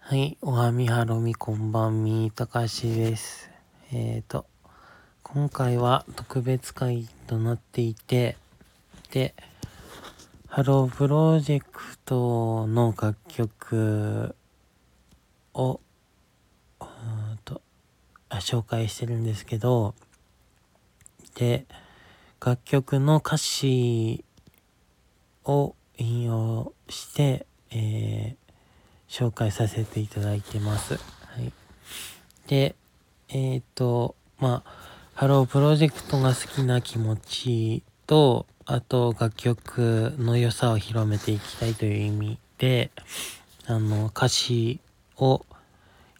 はい、おはみはろみこんばんみたかしです。えっ、と、今回は特別会となっていて、で、ハロープロジェクトの楽曲を、うーんと、あ紹介してるんですけど、で、楽曲の歌詞を引用して、えー紹介させていただいてます。はい、で、えっ、と、まあ、ハロープロジェクトが好きな気持ちと、あと楽曲の良さを広めていきたいという意味で、あの、歌詞を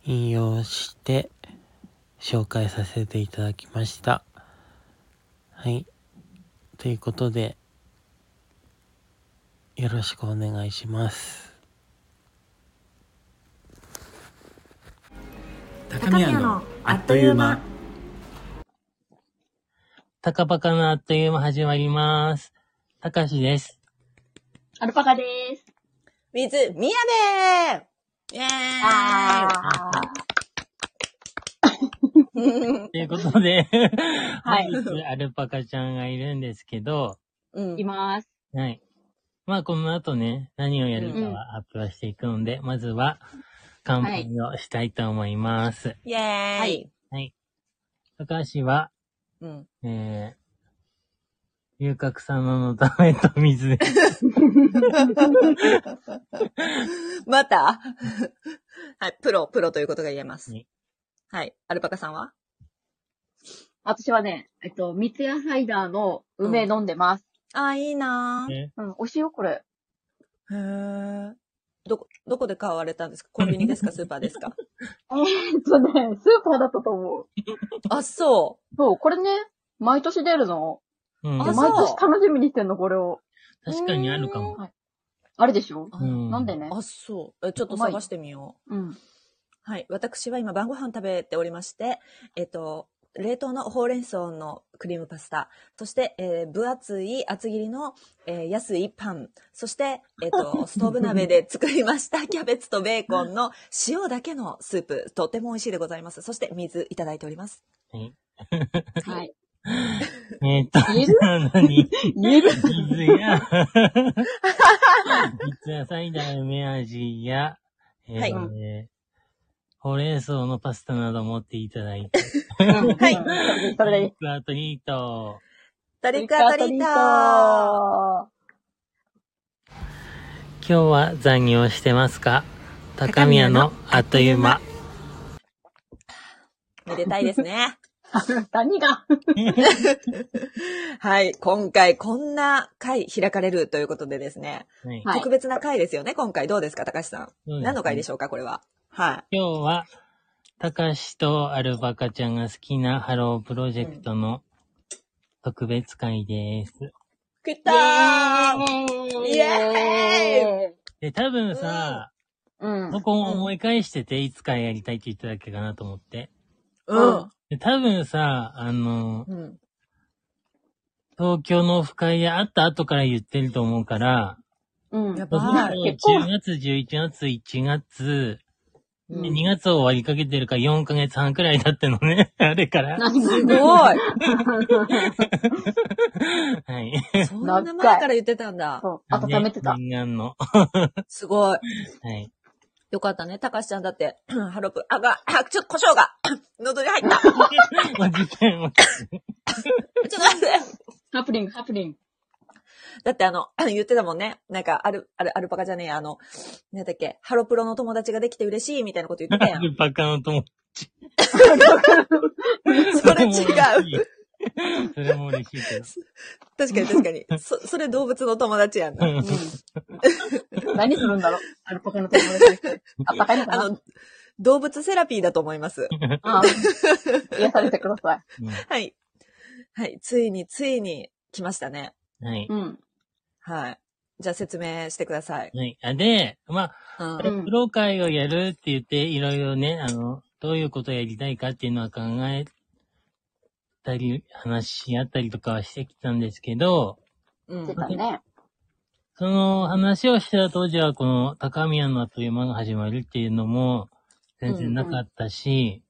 引用して紹介させていただきました。はい。ということで、よろしくお願いします。高宮のあっという間。たかばかのあっという間始まります。たかしです。アルパカです。水、みやべーイェーイということで、はい本日アルパカちゃんがいるんですけど、うんいます。はい。まあ、この後ね、何をやるかうんは発表していくので、まずは、乾杯をしたいと思います。イェーはイい高橋は、うんえー、遊郭様のためと水で、また はい、プロ、プロということが言えますね。はい、アルパカさんは私はね、えっと、三ツ矢サイダーの梅飲んでます。あー、いいなー。ね、うん、美味しいよ、これ。へー。どこ、どこで買われたんですかコンビニですかスーパーですかえーっとね、スーパーだったと思う。あ、そそう、これね、毎年出るの。うん。あでそ毎う年楽しみにしてんの、これを。確かにあるかも。あれでしょう。うん。なんでね。あ、そう。えちょっと探してみよう。うん。はい。私は今晩ご飯食べておりまして、えっと、冷凍のほうれん草のクリームパスタ、そして、えー分厚い厚切りの、えー安いパン、そして、えっ と、ストーブ鍋で作りましたキャベツとベーコンの塩だけのスープ、とても美味しいでございます。そして、水いただいております。はい。えーっと、言えじるゃあ何言える水や、水やサイダー梅味や、えーはいほうれん草のパスタなど持っていただいて、はいうんそれでいい。スアトリート。トリックアトリートー今日は残業してますか高宮のあっという間。めでたいですね。 何がはい。今回、こんな会開かれるということでですね。はいはい特別な会ですよね、今回。どうですか、高橋さん。そうですね何の会でしょうか、これは。はい。今日は、たかしとアルバカちゃんが好きなハロープロジェクトの特別会です。来たーーイエーイで、多分さ、うん。そこを思い返してて、いつかやりたいって言っただけかなと思って。うん。で、多分さ、あの、うん。東京のオフ会で会った後から言ってると思うから、うん。やっぱそうはいする結と構10月、11月、1月、うん2月を割りかけてるから4ヶ月半くらい経ってのね、 あれから。何がすごい。はい。そんな前から言ってたんだ。そう。あと貯めてた。念願の。すごい。はい。よかったね。高橋ちゃんだって、ハロプ、あが、あ、ちょっと胡椒が、 喉に入った。ちょっお時間も。と待って。ハプニング、ハプニング。だってあの、 言ってたもんね。なんか、ある、ある、アルパカじゃねえや、あの、なんだっけ、ハロプロの友達ができて嬉しいみたいなこと言ってたやアん。ルパカの友それ違う。う。それも嬉しいけど。確かに確かに。そ、それ動物の友達やんな。うん何するんだろうアルパカの友達の人。あったかいのかあなの、動物セラピーだと思います。あ癒されてください。はい。はい。ついに、ついに来ましたね。うんはい。うん。はい。じゃあ説明してください。はい。あで、まあ、うん。うんプロ会をやるって言って、いろいろね、あの、どういうことをやりたいかっていうのは考えたり、話し合ったりとかはしてきたんですけど、う出ん。たね。その話をしてた当時は、この高宮のという間が始まるっていうのも、全然なかったし、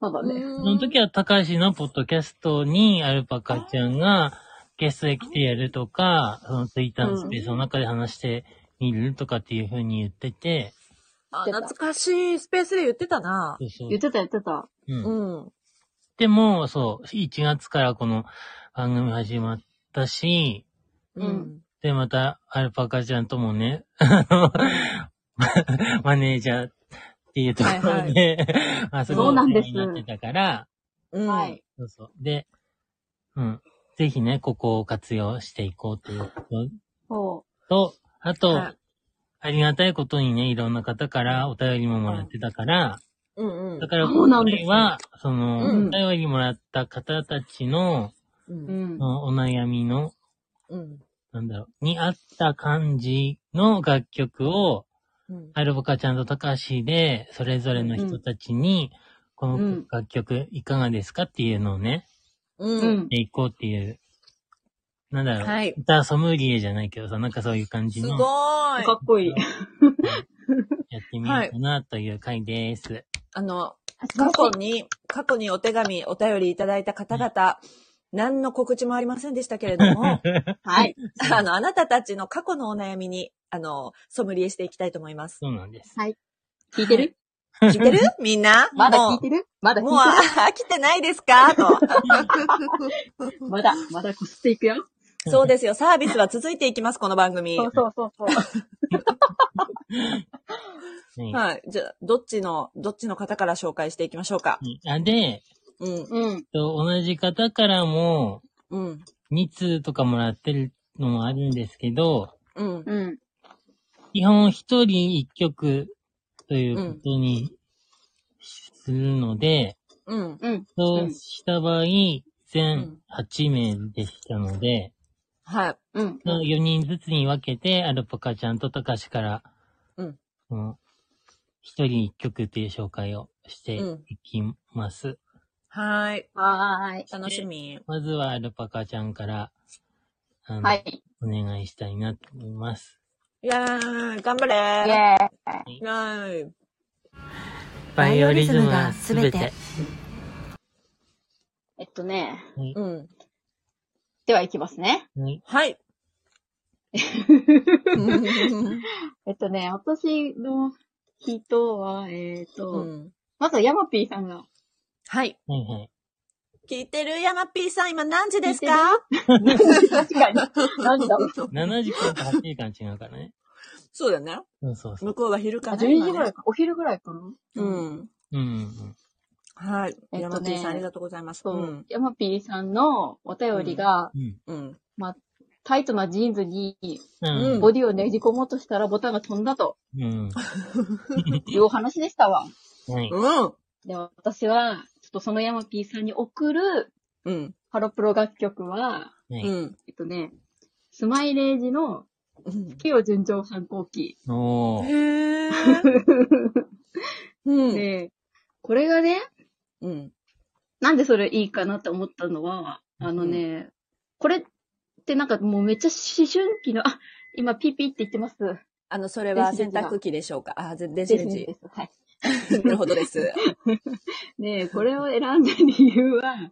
そうだね。その時は高橋のポッドキャストにアルパカちゃんがゲストで来てやるとか、そのツイッターのスペースの中で話してみるとかっていう風に言ってて、あ、出た懐かしいスペースで言ってたな。そうそう言ってた言ってた。うんうん。でも、そう、1月からこの番組始まったし、ううんん。で、また、アルパカちゃんともね、 あの、マネージャーっていうところで、はい まあ、すそごういなん話ですになってたから、うん。はい。。そうそう。で、うん。ぜひね、ここを活用していこうということそと、あと、はいありがたいことにね、いろんな方からお便りももらってたから、うんうんだ。から、そうなん今です回は、その、うんお便りもらった方たちの、う。う。うんん。お悩みの、うん。なんだろう、に合った感じの楽曲を、うん。アルボカちゃんと高橋で、それぞれの人たちに、このうん楽曲いかがですかっていうのをね、う。うんん。でいこうっていう、なんだろう、はい歌ソムリエじゃないけどさ、なんかそういう感じすごの、ーいか。っこいい。やってみようかなという回です。あの、過去に、過去にお手紙、お便りいただいた方々、何の告知もありませんでしたけれど も、はい。あの、あなたたちの過去のお悩みに、あの、ソムリエしていきたいと思 います。そうなんです。聞いてる聞いてるみんなまだ聞もいてるまう、だ聞もうあい飽きてないですかと。てるまだ、まだこすっていくよ。そうですよ。サービスは続いていきます、この番組。そうそうそうそう。ねはい。じゃあ、どっちの、どっちの方から紹介していきましょうか。あで、えっうん。うん。と同じ方からも、うん。 2通とかもらってるのもあるんですけど、うん。うん。基本一人一曲ということにするので、うん。うん。そううんした場合、全8名でしたので、はい。うん。その4人ずつに分けて、アルパカちゃんとタカシから、うんその一人一曲という紹介をしてうんいきます。はい。はーい。楽しみ。まずはアルパカちゃんから、あの、はい。お願いしたいなと思います。いやー、頑張イれェーイ。ー。はい。バイオリズムがすべて。えっとね。うん。では行きますね。はい。 はい。えっとね、私の人は、えっ、うと、ん。まずヤマピーさん が、はい。はいはい。聞いてるヤマピーさん、今何時ですか確かに。何時だろう。 7時間と8時間違うからね。 そうだね。そうそうそう。向こうが昼かあ、な。 12時ぐらい。いか。お昼ぐらいかな。うん。うんうんはい。えっとねヤマピーさん、ありがとうございます。。。そううんヤマピーさんのお便りが、うん。うん。うん。タイトなジーンズにうん。ボディをねじ込もうとしたらボタンが飛んだとうん。いうお話でしたわ。はい。うん。で、私は、ちょっとそのヤマピーさんに送るうん。ハロプロ楽曲は、はいうん。えっとね、スマイレージのうん月を純情反抗期。おー。へー。 うん。で、これがね、うん。なんでそれいいかなって思ったのは、あのね、これってなんかもうめっちゃ思春期の、あ、今ピーピーって言ってます。あの、それは電子レン洗ジだ濯機でしょうかあ、ぜ電子レンジで。す。はい。なるほどです。 ねえ、これを選んだ理由は、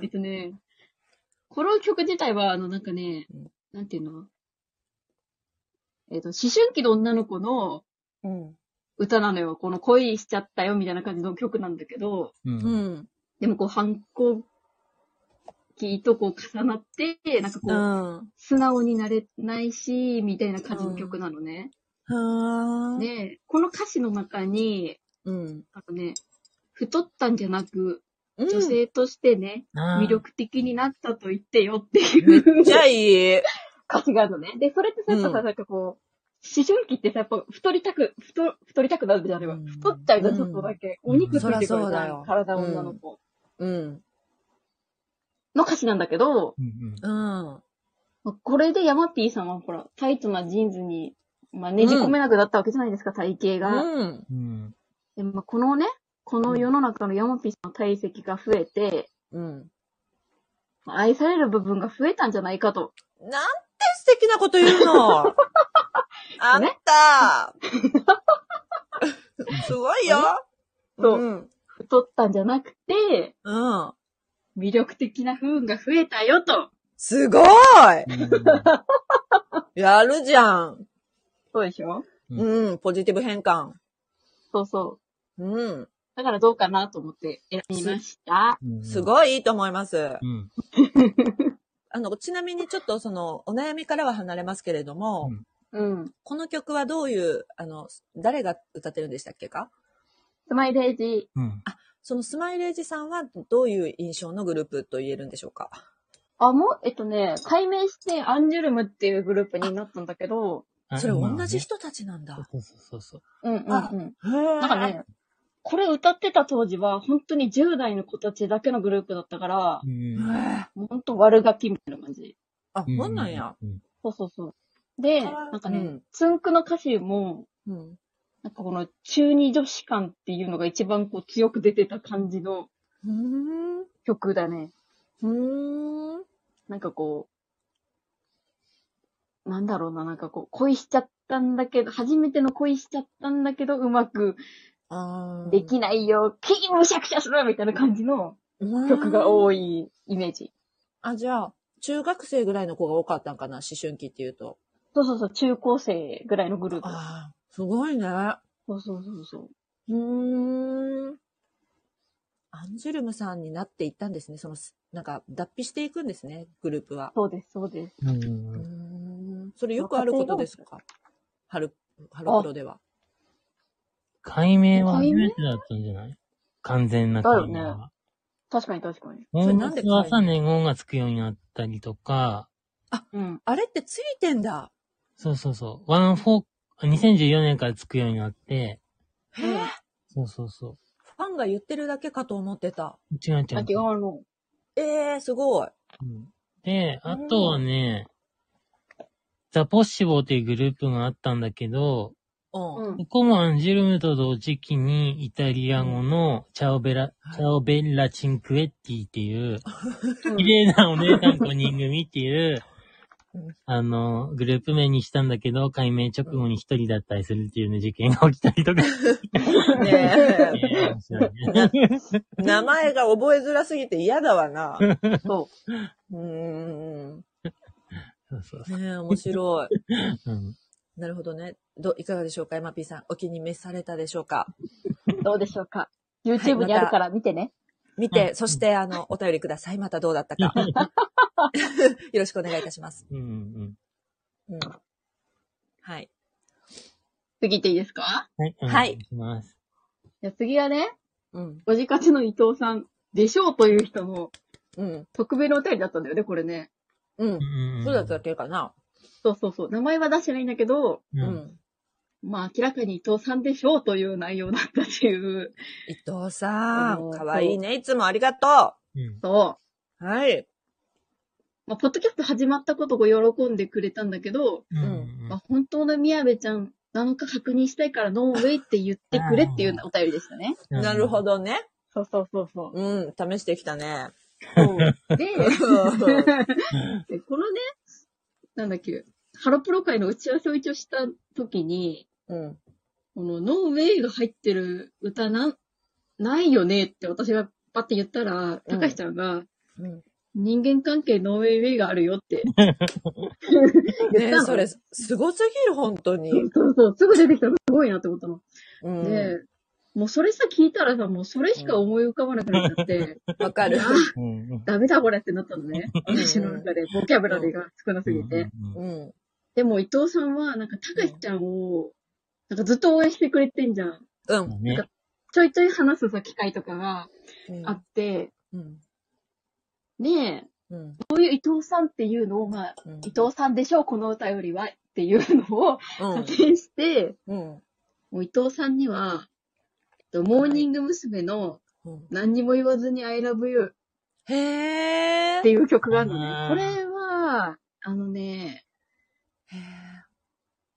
えっとね、この曲自体は、あの、なんかねうん、なんていうのえっと、思春期の女の子のうん。歌なのよ。この恋しちゃったよみたいな感じの曲なんだけど、う。うんん。でもこう反抗期とこう重なって、なんかこうう、ん。素直になれないし、みたいな感じの曲なのね。はー。で、この歌詞の中に、うん。あとね、太ったんじゃなく、うん女性としてね、あー魅。力的になったと言ってよってめいっうちゃいい。歌詞があるのね。で、それってさ、やっぱさ、うんなんかこう、思春期ってさ、やっぱ太りたく、太、太りたくなるじゃんあれは。うん太っちゃうじゃん、ちょっとだけ。うんお肉ついてくそるりじゃそうだゃよん、体女の子。うん。の歌詞なんだけど、うんうん。これでヤマピーさんはほら、タイトなジーンズに、まあ、ねじ込めなくなったわけじゃないですか、体型が。うん。うん。うん。でまあ、このね、この世の中のヤマピーさんの体積が増えて、うん。まあ愛される部分が増えたんじゃないかと。なんて素敵なこと言う のあんたすごいよ。そうん太ったんじゃなくて、うん。魅力的な不運が増えたよと。すごいうんやるじゃん。そうでしょうん、ポジティブ変換。そうそう。うん。だからどうかなと思って選びました。うんすごいいいと思います。うん。あの、ちなみにちょっとその、お悩みからは離れますけれども、うんうん。この曲はどういう、あの、誰が歌ってるんでしたっけかスマイレージ。うん。そのスマイレージさんはどういう印象のグループと言えるんでしょうかあ、もう、えっとね、改名してアンジュルムっていうグループになったんだけど、あそれ今はね同じ人たちなんだ。そうそうそうそう。うんうんあうん。へーなんかね、これ歌ってた当時は、本当に10代の子たちだけのグループだったからう、んへーもう本当悪ガキみたいな感じ。あ、こんなんや。。うんそうそうそう。で、あーなんかね、うんつんくの歌詞も、うん。なんかこの中二女子感っていうのが一番こう強く出てた感じのうーん。う曲だね。ーん。なんかこう、なんだろうな、なんかこう、恋しちゃったんだけど、初めての恋しちゃったんだけど、うまくあーできないよ、キーむしゃくしゃするみたいな感じの曲がい。多いイメージ。あ、じゃあ、中学生ぐらいの子が多かったんかな、思春期っていうと。そうそうそう、中高生ぐらいのグループ。ああ、すごいね。うそうそうそうそう。ーん。アンジュルムさんになっていったんですね。その、すなんか、脱皮していくんですね、グループは。そうです、そうです。うんううーんん。それよくあることですか春、春プロでは。解明は初めてだったんじゃない完全な解明だよは。確かに確かに。それ音なんで楽はさ、年号がつくようになったりとか、うん。あれってついてんだ。そうそうそう。ワンフォー、2014年からつくようになって、へえ。そうそうそファンが言ってるだけかと思ってた。う。違う違あ、う違。うの。ええすごい。うんで、あとはね、ザ・ポッシボーっていうグループがあったんだけど、うん。うんこ。こもアンジュルムと同時期にイタリア語のチャオベラ、チャオベッラ・チンクエッティっていう、綺麗なお姉さん5人組っていううん、あの、グループ名にしたんだけど、改名直後に一人だったりするっていうね、事件が起きたりとかして、ね 面白いえ、名前が覚えづらすぎて嫌だわな。ね。そうーん。ねそうそうそえ、面白い。ううんなるほどね。ど、いかがでしょうか、マピーさん。お気に召されたでしょうか。う。どうでしょうか。YouTube にあるから見てね。見て、そして、あの、お便りください。またどうだったか。 よろしくお願いいたします。うんうんうん。はい。次行っていいですかはい。おは願いいします。じゃあ次はね、うん。ご自活の伊藤さん、でしょうという人のうん。特別のお便りだったんだよね、これね。うんう。んんそうだったっけかな。そうそうそう。名前は出してないんだけど、う。うんん。まあ明らかに伊藤さんでしょうという内容だったっていう。伊藤さあん、のかわいいね。いつもありがと。うんそうはい。う。まあ、ポッドキャスト始まったことを喜んでくれたんだけど、うんまあ、本当の宮部ちゃんなのか確認したいからノーウェイって言ってくれっていうお便りでしたね。うんなるほどね。そうそうそうそう。うん。試してきたね。そうで、うんでこのね、なんだっけ、ハロプロ会の打ち合わせを一応した時に、うん。このノーウェイが入ってる歌なん、ないよねって私がパッて言ったら、たかしちゃんが、うん。人間関係ノーウェイウェイがあるよって。ね言ったのそれ、すごすぎる、本当に。そうそう、すぐ出てきたのすごいなって思ったの。うん。で、もうそれさ聞いたらさ、もうそれしか思い浮かばなくなっちゃって、 わかる。うんうんダメだこれってなったのね。ん私の中で、ボキャブラリーが少なすぎて。うんうん。でも伊藤さんは、なんか、たかしちゃんを、なんかずっと応援してくれてんじゃん。ううんん。ねちょいちょい話すさ、機会とかがうんあって、うん。ねえ、うん。こういう伊藤さんっていうのを、まあ、うん伊藤さんでしょう、この歌よりは、っていうのをうん派遣して、うん。もう伊藤さんには、えっとモーニング娘。のうん何にも言わずに I love you へってー。いう曲があるあのね。ーこれは、あのね、へ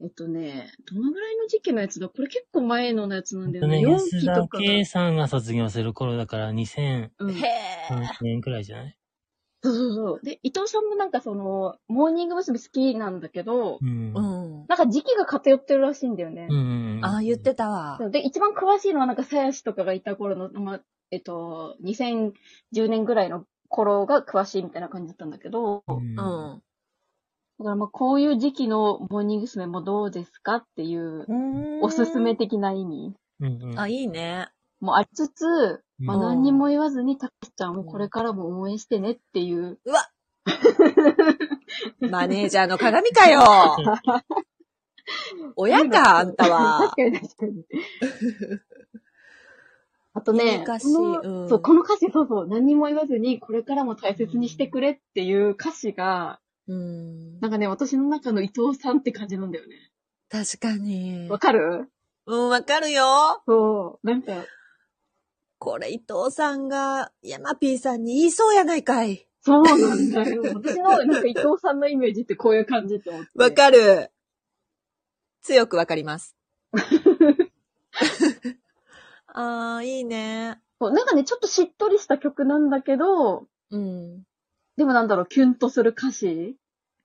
えっとね、どのぐらいの時期のやつだこれ結構前のやつなんだとよね、ね。4安期田とかが。圭さんが卒業する頃だから2003うんーへー年くらいじゃないそうそうそう。で、伊藤さんもなんかその、モーニング娘。好きなんだけど、うん。ううんん。なんか時期が偏ってるらしいんだよね。うん。ああ、言ってたわ。そうで、一番詳しいのはなんか、さやしとかがいた頃の、まあ、えっと、2010年ぐらいの頃が詳しいみたいな感じだったんだけど、う。うんん。だからまあ、こういう時期のモーニング娘。もどうですかっていう、うんおすすめ。的な意味うん。あ、いいね。もありつつ、まあ、うん何にも言わずに、たけしちゃんをこれからも応援してねっていう、うわマネージャーの鏡かよ親か、あんたは確。かに確かに。あとね、いい歌詞このうんそう、この歌詞、そうそう、何も言わずに、これからも大切にしてくれっていう歌詞が、うんなんかね、私の中の伊藤さんって感じなんだよね。確かにわ。かるうん、わかるよ。そう、なんか、これ伊藤さんが、山 P さんに言いそうやないかい。そうなんだよ。私の、なんか伊藤さんのイメージってこういう感じって思って。わかる。強くわかります。 ああ、いいね。そうなんかね、ちょっとしっとりした曲なんだけど、うん。でもなんだろう、キュンとする歌詞、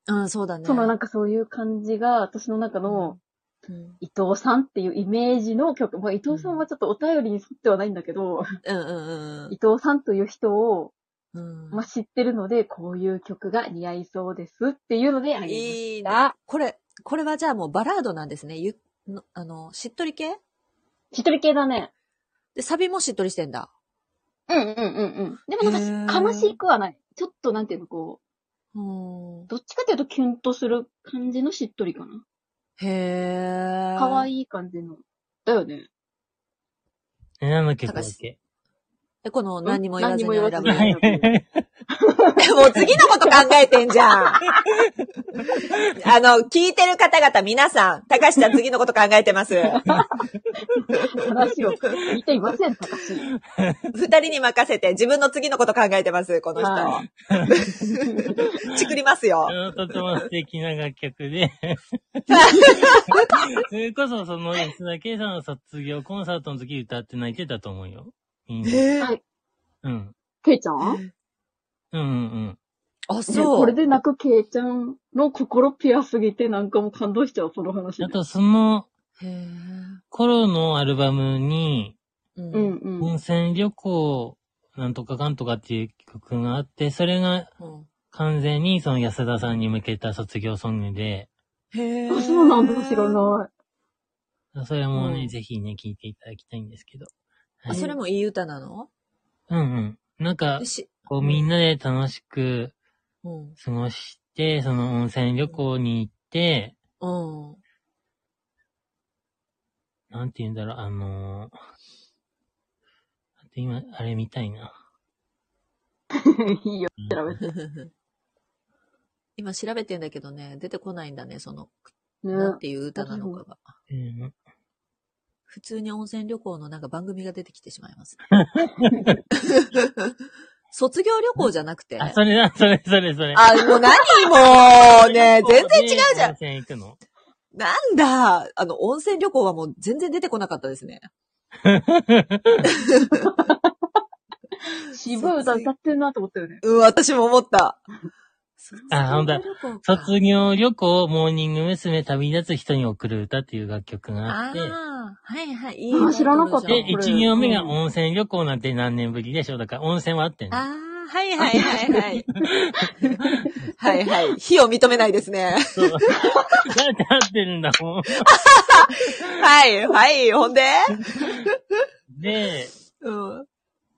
うん、そうだね。そのなんかそういう感じが、私の中のうん、伊藤さんっていうイメージの曲、まあ伊藤さんはちょっとお便りに沿ってはないんだけど、うん、うん、伊藤さんという人を、うん。まあ、知ってるので、こういう曲が似合いそうですっていうのでありいいまな。した。これ、これはじゃあもうバラードなんですね。ゆ、のあの、しっとり系しっとり系だね。で、サビもしっとりしてんだ。うんうんうんうん。でもなんかへー悲しくはない。ちょっとなんていうのこうんう、。どっちかというとキュンとする感じのしっとりかな。へー。可いい。愛い感じの。だよね。え、なんだっけ、これだっけ。え、この何にも言わずに選ぶ。何にも言わずはいはにいはい。もう次のこと考えてんじゃん。あの、聞いてる方々皆さん、高橋さん次のこと考えてます。話を聞いていません、高橋。二人に任せて自分の次のこと考えてます、このは人。ちくりますよ。あのとても素敵な楽曲で。 それこそ、その、安田圭さんの卒業コンサートの時歌って泣いてたと思うよ。みんなえはいうん。ケイちゃんうんうんうん。あ、ねそう。これで泣くケイちゃんの心ピュアすぎてなんかもう感動しちゃう、その話あ。と、そのへー頃のアルバムに、う。うんんうん。温泉旅行、なんとかかんとかっていう曲があって、それがうん完全にその安田さんに向けた卒業ソングで、へーあ、そうなんだ、知らない。それもね、うんぜひね、聴いていただきたいんですけど。あそれもいい歌なのうんうん。なんかえ、し、こううんみんなで楽しくうん。過ごして、その温泉旅行に行って、うん。なんて言うんだろう、あのー、あと今、あれみたいな。いいよ、調べて。今調べてんだけどね、出てこないんだね、その、ね。なんていう歌なのかが。うん普通に温泉旅行のなんか番組が出てきてしまい ます。卒業旅行じゃなくて。あ、それだ、それ、それ、それ。あ、もう何もうね、全然違うじゃ温ん。泉行くのなんだ、あの、温泉旅行はもう全然出てこなかったですね。渋い歌歌ってんなと思ったよね。うん、私も思った。あほんとだ卒業旅行か卒業旅行、モーニング娘。旅立つ人に送る歌っていう楽曲がああって、あ、はいはい、いいあ知らなかったタイで、トルじこれ1行目がうん温泉旅行なんて何年ぶりでしょだから温泉はあってんゃのん。ああ、はいはいはい はい。はいはい。非を認めないですね。そう。 だって合ってるんだもん。はい、はい、ほんでで、うん、う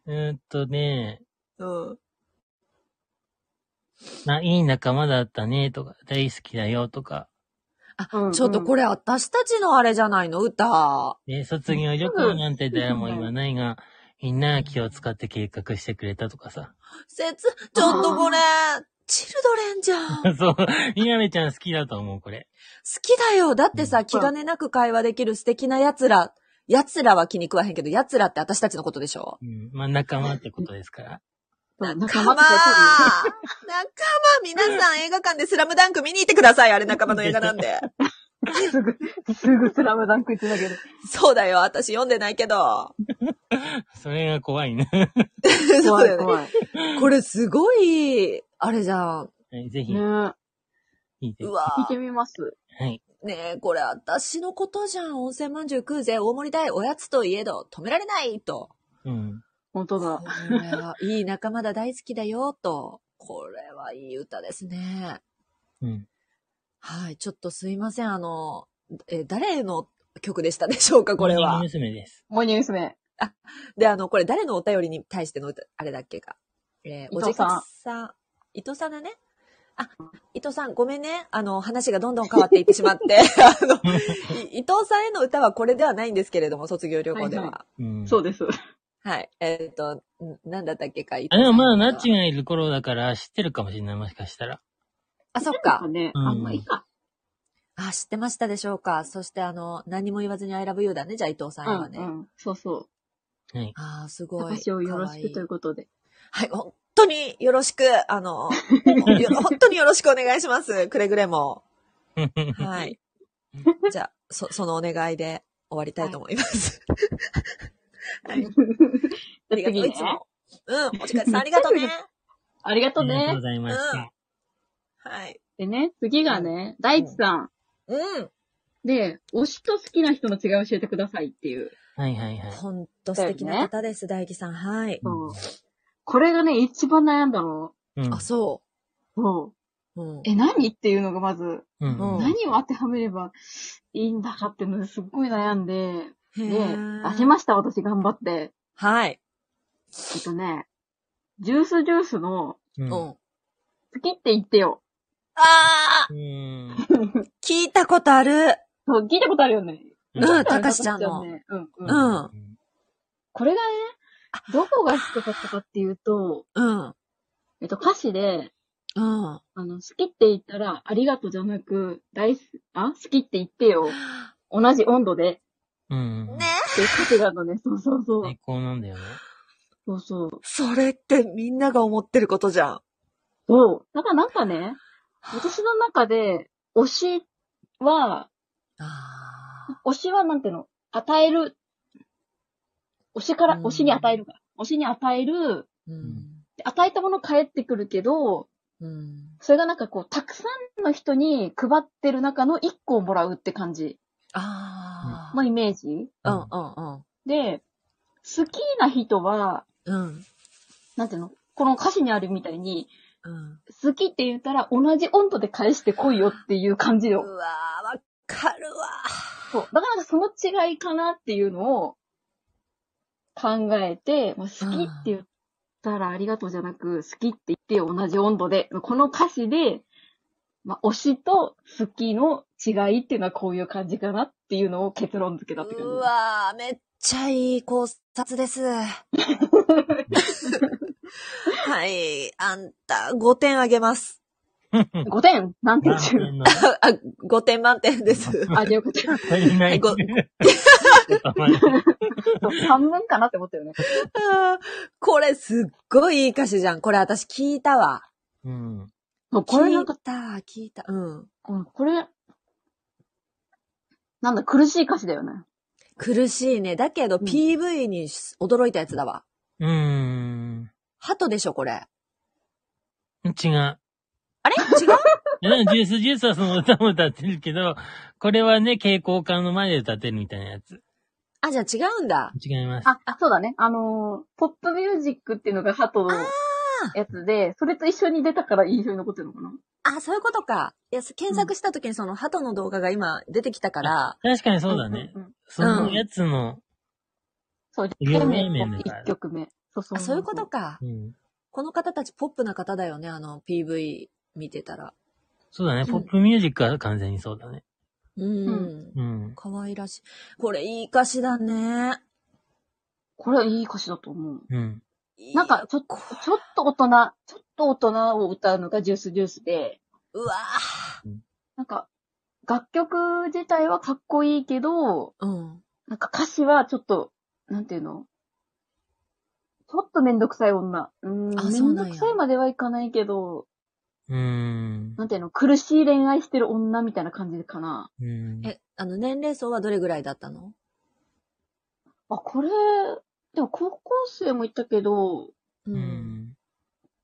ーんとね、うん。な、いい仲間だったね、とか、大好きだよ、とか。うんうあ、んちょっとこれ私たちのあれじゃないの歌。で、卒業旅行なんて誰も言わないが、みんなが気を使って計画してくれたとかさ。 せつ、ちょっとこれ、チルドレンじゃん。好そう。みなめちゃん好きだと思う、これ。きだよ。だってうさ、気兼ねなく会話できる素敵な奴ら。奴らは気に食わへんけど、奴らって私たちのことでしょうん。まあ、仲間ってことですから。そう仲仲間間仲間皆さん映画館でスラムダンク見に行ってください。あれ仲間の映画なんで。すぐ、すぐスラムダンク言ってたけど。そうだよ、私読んでないけど。それが怖いね。 そう怖だいよね。怖い。これすごい、あれじゃん。はいぜひ、ねえ。聞聞いて。うはわいてみます。い。ねえ、これ私のことじゃん。温泉まんじゅう食うぜ。大盛りだい。おやつといえど、止められないと。うん。本当だ。これはいい仲間だ、大好きだよ、と。これはいい歌ですね。うん。はい、ちょっとすいません。あの、え、誰の曲でしたでしょうか、これモーニンはグ。娘。です。モーニング娘。で、あの、これ誰のお便りに対しての歌、あれだっけか。えー伊お藤じさんかつさん。伊藤さんだね。あ、伊藤さん、ごめんね。あの、話がどんどん変わっていってし まって。あの、い伊藤さんへの歌はこれではないんですけれども、卒業旅行では。ははいい、うん。そうです。えっ、と、んなんだったっけか。伊あ、藤でもさんまのだ歌はナッチがいる頃だから知ってるかもしれない、もしかしたら。あ、そっなんかか。ね、うんあんまいいか。あ、知ってましたでしょうか。そして、あの、何も言わずに I love you だね。じゃあ、伊藤さんうんはね。うん。そうそう。はい。ああ、すごい。私をよろしかわいくいということで。はい、本当によろしく、あの、 よ本当によろしくお願いします。くれぐれも。はい。じゃあ、そ、そのお願いで終わりたいと思います。はい。ありがと次う、ねいつも。うん、おじかさんありがとうね。ありがとあうりがとうねご。ざいました。はい。でね、次がね、大地さん。うん。で、推しと好きな人の違いを教えてくださいっていう。はいはいはい。ほんと素敵な方です、大輝さん。はい。そうこれがね、一番悩んだの。うんあ、そ。そううんう。。え、何っていうのがまず、うん。うん何を当てはめればいいんだかっていうのですっごい悩んで、へで、ー当てました、私頑張って。はい。えっとね、ジュースジュースの、う。うんん。あ好きって言ってよ。あーうん。聞いたことある。そう、聞いたことあるよね。うん、たかしちゃんの。ねうん、うん。うんこれがね、どこが好きだったかっていうと、うん。えっと、歌詞で、うん。あの、好きって言ったら、ありがとうじゃなく、大す、あ好きって言ってよ。同じ温度で。うん。ねっていう歌詞があるのね。そうそうそう最。高なんだよね。そうそう。それってみんなが思ってることじゃん。そう。だからなんかね、私の中で、推しは、あ推しはなんていうの与える。推しから、うん推しに与えるか。推しに与える。ーうん。で与えたもの返ってくるけど、うん。それがなんかこう、たくさんの人に配ってる中の一個をもらうって感じあのイメージ。あ。うんうんで、好きな人は、うん。うん。なんていうのこの歌詞にあるみたいに、うん。好きって言ったら同じ温度で返してこいよっていう感じうよ。わー、わかるわそう。だからなんかその違いかなっていうのを考えて、まあ、好きって言ったらありがとうじゃなく、好きって言ってよ同じ温度で。この歌詞で、まあ、推しと好きの違いっていうのはこういう感じかなっていうのを結論付けたって感じ。うわー、めっちゃいい考察です。はい。あんた、5点あげます。 5点何点中の。あ、5点満点です。 あ、でよかった。足りない。ご半分かなって思ったよね。あーこれすっごいいい歌詞じゃん。これ私聞いたわ。 うん。そうこれなん聞かい、た、聞いた。うん。うんこれ、なんだ、苦しい歌詞だよね。苦しいね。だけど、うん PV にし驚いたやつだわ。うん。鳩でしょ、これ。違う。あれ違う うん、ジュースジュースはその歌も歌ってるけど、これはね、蛍光管の前で歌ってるみたいなやつ。あ、じゃあ違うんだ。違います。あ、あそうだね。あのーポップミュージックっていうのがハトのやつで、それと一緒に出たから印象に残ってるのかなあ、そういうことか。いや、検索した時にその鳩の動画が今出てきたから、確かにそうだね。。んんんそのやつの、そう、有1名面だから一曲目。そうそう。あ、そういうことか。うん。この方たちポップな方だよね、あの PV 見てたら。そうだね。ポップミュージックは完全にそうだね。うん。うん。可愛らしい。これいい歌詞だね。これいい歌詞だと思う。うん。いいなんか、ちょっと、ちょっと大人、ちょっと大人を歌うのがジュースジュースで、うわなんか、楽曲自体はかっこいいけど、ぁ。うん。なんか歌詞はちょっと、なんていうのちょっとめんどくさい女。うーん。あめそうんなどんやくさいまではいかないけど、うーん。なんていうの、苦しい恋愛してる女みたいな感じかな。うん。え、あの、年齢層はどれぐらいだったのあ、これ、でも高校生もいたけど、う。うんん。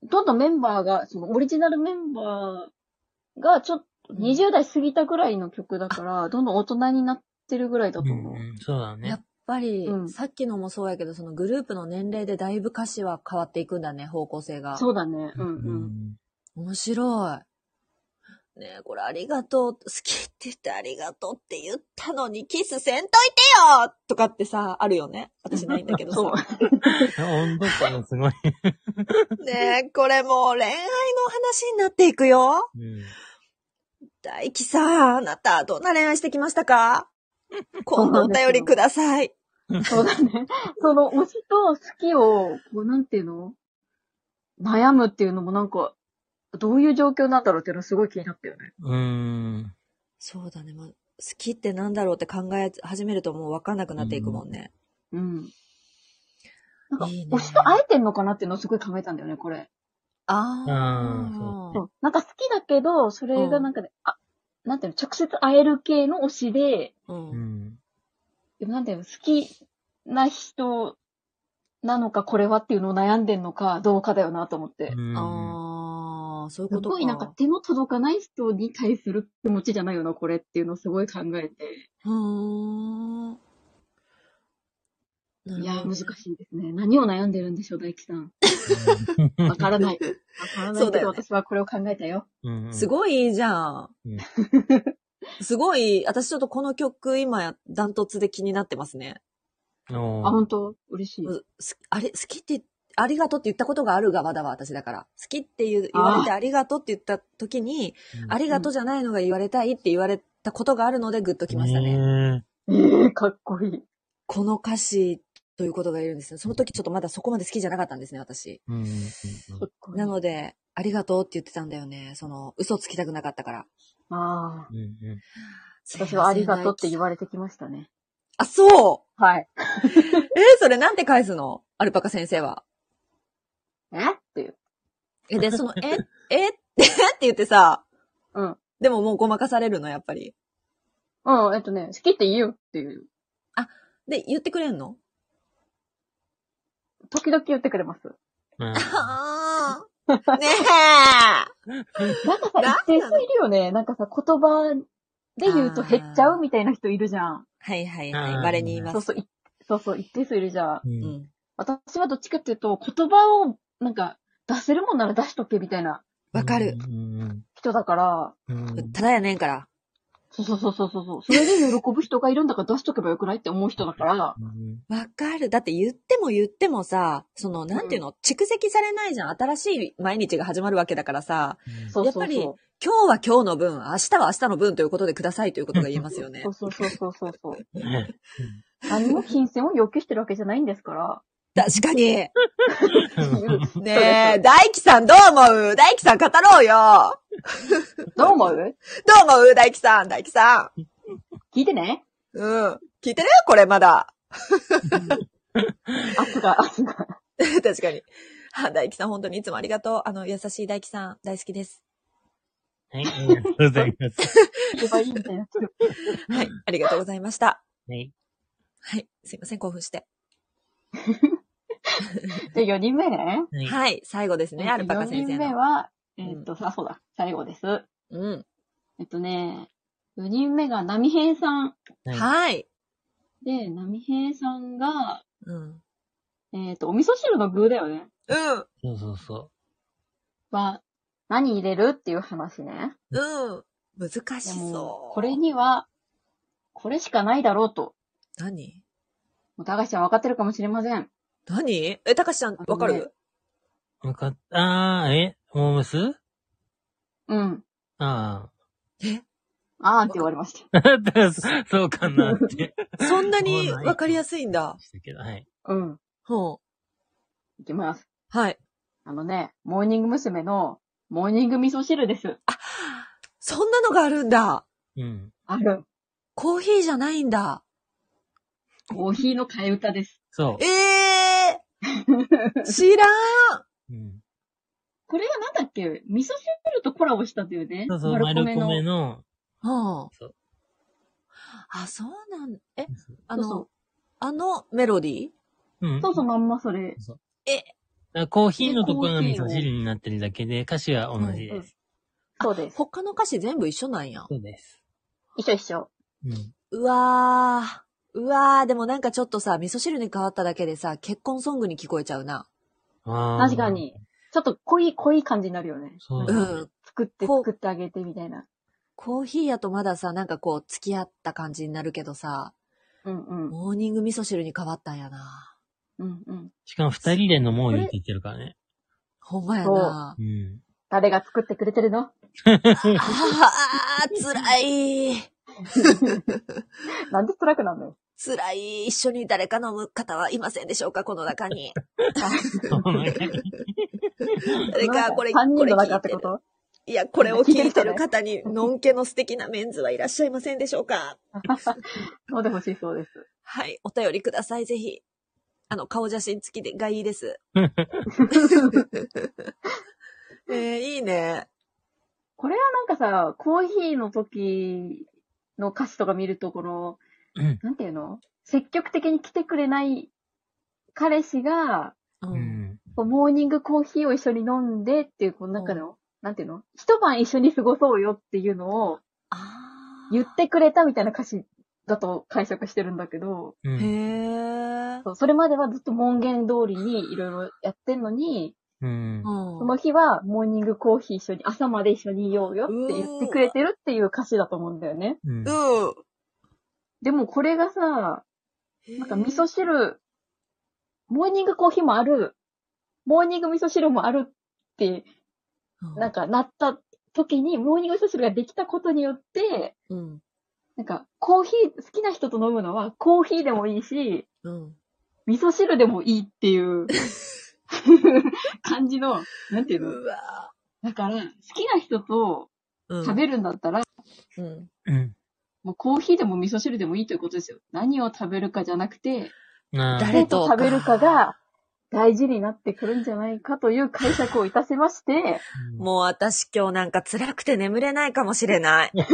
どんどんメンバーが、そのオリジナルメンバーがちょっとうん20代過ぎたぐらいの曲だ から、どんどん大人になってるぐらいだと思う。うんそうだやねっ。ぱり、うんさっきのもそうやけど、そのグループの年齢でだいぶ歌詞は変わっていくんだね、方向性が。そうだね。うんううん。ん。面白い。ねえ、これありがとう、好きって言ってありがとうって言ったのにキスせんといてよとかってさ、あるよね。私ないんだ けどそうさ。。温度感がすごい。ねえ、これもう恋愛の話になっていくよ。うん。大輝さん、あなた、どんな恋愛してきましたか今度お便りください。そうだね。 その推しと好きを、こうなんていうの悩むっていうのもなんか、どういう状況なんだろうっていうのすごい気になったよね。うん。そうだね、まあ、好きってなんだろうって考え始めるともう分かんなくなっていくもんね。うん。なんか、いいね推しと会えてんのかなっていうのをすごい考えたんだよね、これ。ああーそあそう。なんか好きだけど、それがなんかね、あ、なんていうの、直接会える系の推しで、う。うんん。でもなんていうの、好きな人なのか、これはっていうのを悩んでんのか、どうかだよなと思って。うんああ、そういうすことか。ごいなんか手の届かない人に対する気持ちじゃないよな、これっていうのをすごい考えて。うーん。なるいやー、ほど難しいですね。何を悩んでるんでしょう、大樹さん。わからない。わからなそいうだけど、よね私はこれを考えたよ。うん。すごいいいじゃんう。すごい、私ちょっとこの曲今ダントツで気になってますね。い。おあ、ー本当嬉しい。うすあれ、好きって、ありがとうって言ったことがある側だわ、私だから。好きって言う言われてありがとうって言った時に、うんありがとうじゃないのが言われたいって言われたことがあるのでグッときましたね。ねえー、かっこいい。この歌詞ということがいるんですね。その時ちょっとまだそこまで好きじゃなかったんですね、私。えうん。かっこいいなので、ありがとうって言ってたんだよね。その、嘘つきたくなかったから。ああ。うんうん私はありがとうって言われてきましたね。あ、そうはい。えーそれなんて返すのアルパカ先生は。えっていう。え、で、その、え、え、って って言ってさ、うん。でももうごまかされるの、やっぱり。うん、えっとね、好きって言えよっていう。で、言ってくれんの時々言ってくれます。うん。ああ。なねんかさ、なん一定数いるよね。なんかさ、言葉で言うと減っちゃうみたいな人いるじゃん。えはいはいはい。うん我に言いまそうす。そう、いそうそう、一定数いるじゃん。ううんん。私はどっちかっていうと、言葉を、なんか、出せるもんなら出しとけみたいなわかる。。うん人だから、うんうんただやねんから。そうそうそうそうそう。それで喜ぶ人がいるんだから出しとけばよくないって思う人だから、うんわかる。だって言っても言ってもさ、その、なんていうの、蓄積されないじゃん。新しい毎日が始まるわけだからさ、そうそうそう。やっぱ今日は今日の分、明日は明日の分ということでくださいということが言えますよねそ。うそうそうそうそうそう。ね 何も金銭を要求してるわけじゃないんですから。確かに。っていう ねえ、大輝さんどう思う大輝さん語ろうよどう思うどう思う大輝さん、大輝さん。聞いてね。うん。聞いてるこれまだ。 圧が、圧が。確かに。あ大輝さん本当にいつもありがとう。あの、優しい大輝さん、大好きです。はい、ありがとうございます。言えばいいみたいな。はい。ありがとうございました。はい。はい。すいません、興奮して。で、4人目ね。はい。はい。最後ですね、アルパカ4先生人目の。は、えっと、あ、そうだ。最後です。うん。えっとね、4人目が波平さん。ははい。で、波平さんが、うん。えっと、お味噌汁の具だよね。うん。い。そうそうそは、何入れるっていう話ね。うん。難でしそもう。、これには、これしかないだろうと。何もう、高橋ちゃん分かってるかもしれません。何え、たかしちゃん、わかあのねるう。わかった。あー、えモームスうん。あえあーって言われました。あ。だからそそうかなって。そんなにわかりやすいんだ。したけど、はい。うん。ほいきます。う。はい。あのね、モーニング娘。の、モーニング味噌汁です。そんなのがあるんだ。うん。ある。コーヒーじゃないんだ。コーヒーの替え歌です。そええー、知らん。う。うん。これがなんだっけ味噌汁とコラボしたんだよね。そうそう、丸米の、あそうあ、そうなん、え、そあうの、そあのメロディーうんう。。そうそう、まんまそだれ。え、からコーヒーのところが味噌汁になってるだけで、歌詞は同じうんうでんす。そうです。他の歌詞全部一緒なんや。そうです。一緒一緒。うん。うわー。うわー、でもなんかちょっとさ、味噌汁に変わっただけでさ、結婚ソングに聞こえちゃうな。あー確か。に。ちょっと濃い、濃い感じになるよね。そううだなんかん。作って、こう作ってあげてみたいな。コーヒーやとまださ、なんかこう、付き合った感じになるけどさ、うんうん。モーニング味噌汁に変わったんやな。うんうん。しかも二人で飲もうよって言ってるからね。ほんまやな。うん。誰が作ってくれてるのあー、辛い。なんで辛くなんのよ。辛い。一緒に誰か飲む方はいませんでしょうかこの中 に。お腹に誰か、これ、 3人これの聞中いっててこる。といや、これを聞いてる方に、のんけの素敵なメンズはいらっしゃいませんでしょうか飲んでほしいそうです。はい、お便りください、ぜひ。あの、顔写真付きで、がい いです。えー、いいね。これはなんかさ、コーヒーの時の歌詞とか見るところ、うんなんていうの積極的に来てくれない彼氏が、うう。ん。こうモーニングコーヒーを一緒に飲んでっていう、この中の、なんていうの一晩一緒に過ごそうよっていうのをあ言ってくれたみたいな歌詞だと解釈してるんだけど、うー。ん。へー。そうそれまではずっと門限通りにいろいろやってんのに、うん。うんその日はモーニングコーヒー一緒に、朝まで一緒にいようよって言ってくれてるっていう歌詞だと思うんだよね。うんうん。でもこれがさ、ななんか味噌汁、モーニングコーヒーもある、モーニング味噌汁もあるって、なんか、かなった時に、モーニング味噌汁ができたことによって、うん。なんかコーヒー、好きな人と飲むのはコーヒーでもいいし、うん。味噌汁でもいいっていう感じの、なんていうのうわだから、好きな人とー食べるんだったら、うん。うん。もうコーヒーでも味噌汁でもいいということですよ。何を食べるかじゃなくて、なあ誰誰ととか食べるかが大事になってくるんじゃないかという解釈をいたしま して、うんもう私今日なんか辛くて眠れないかもし れない。は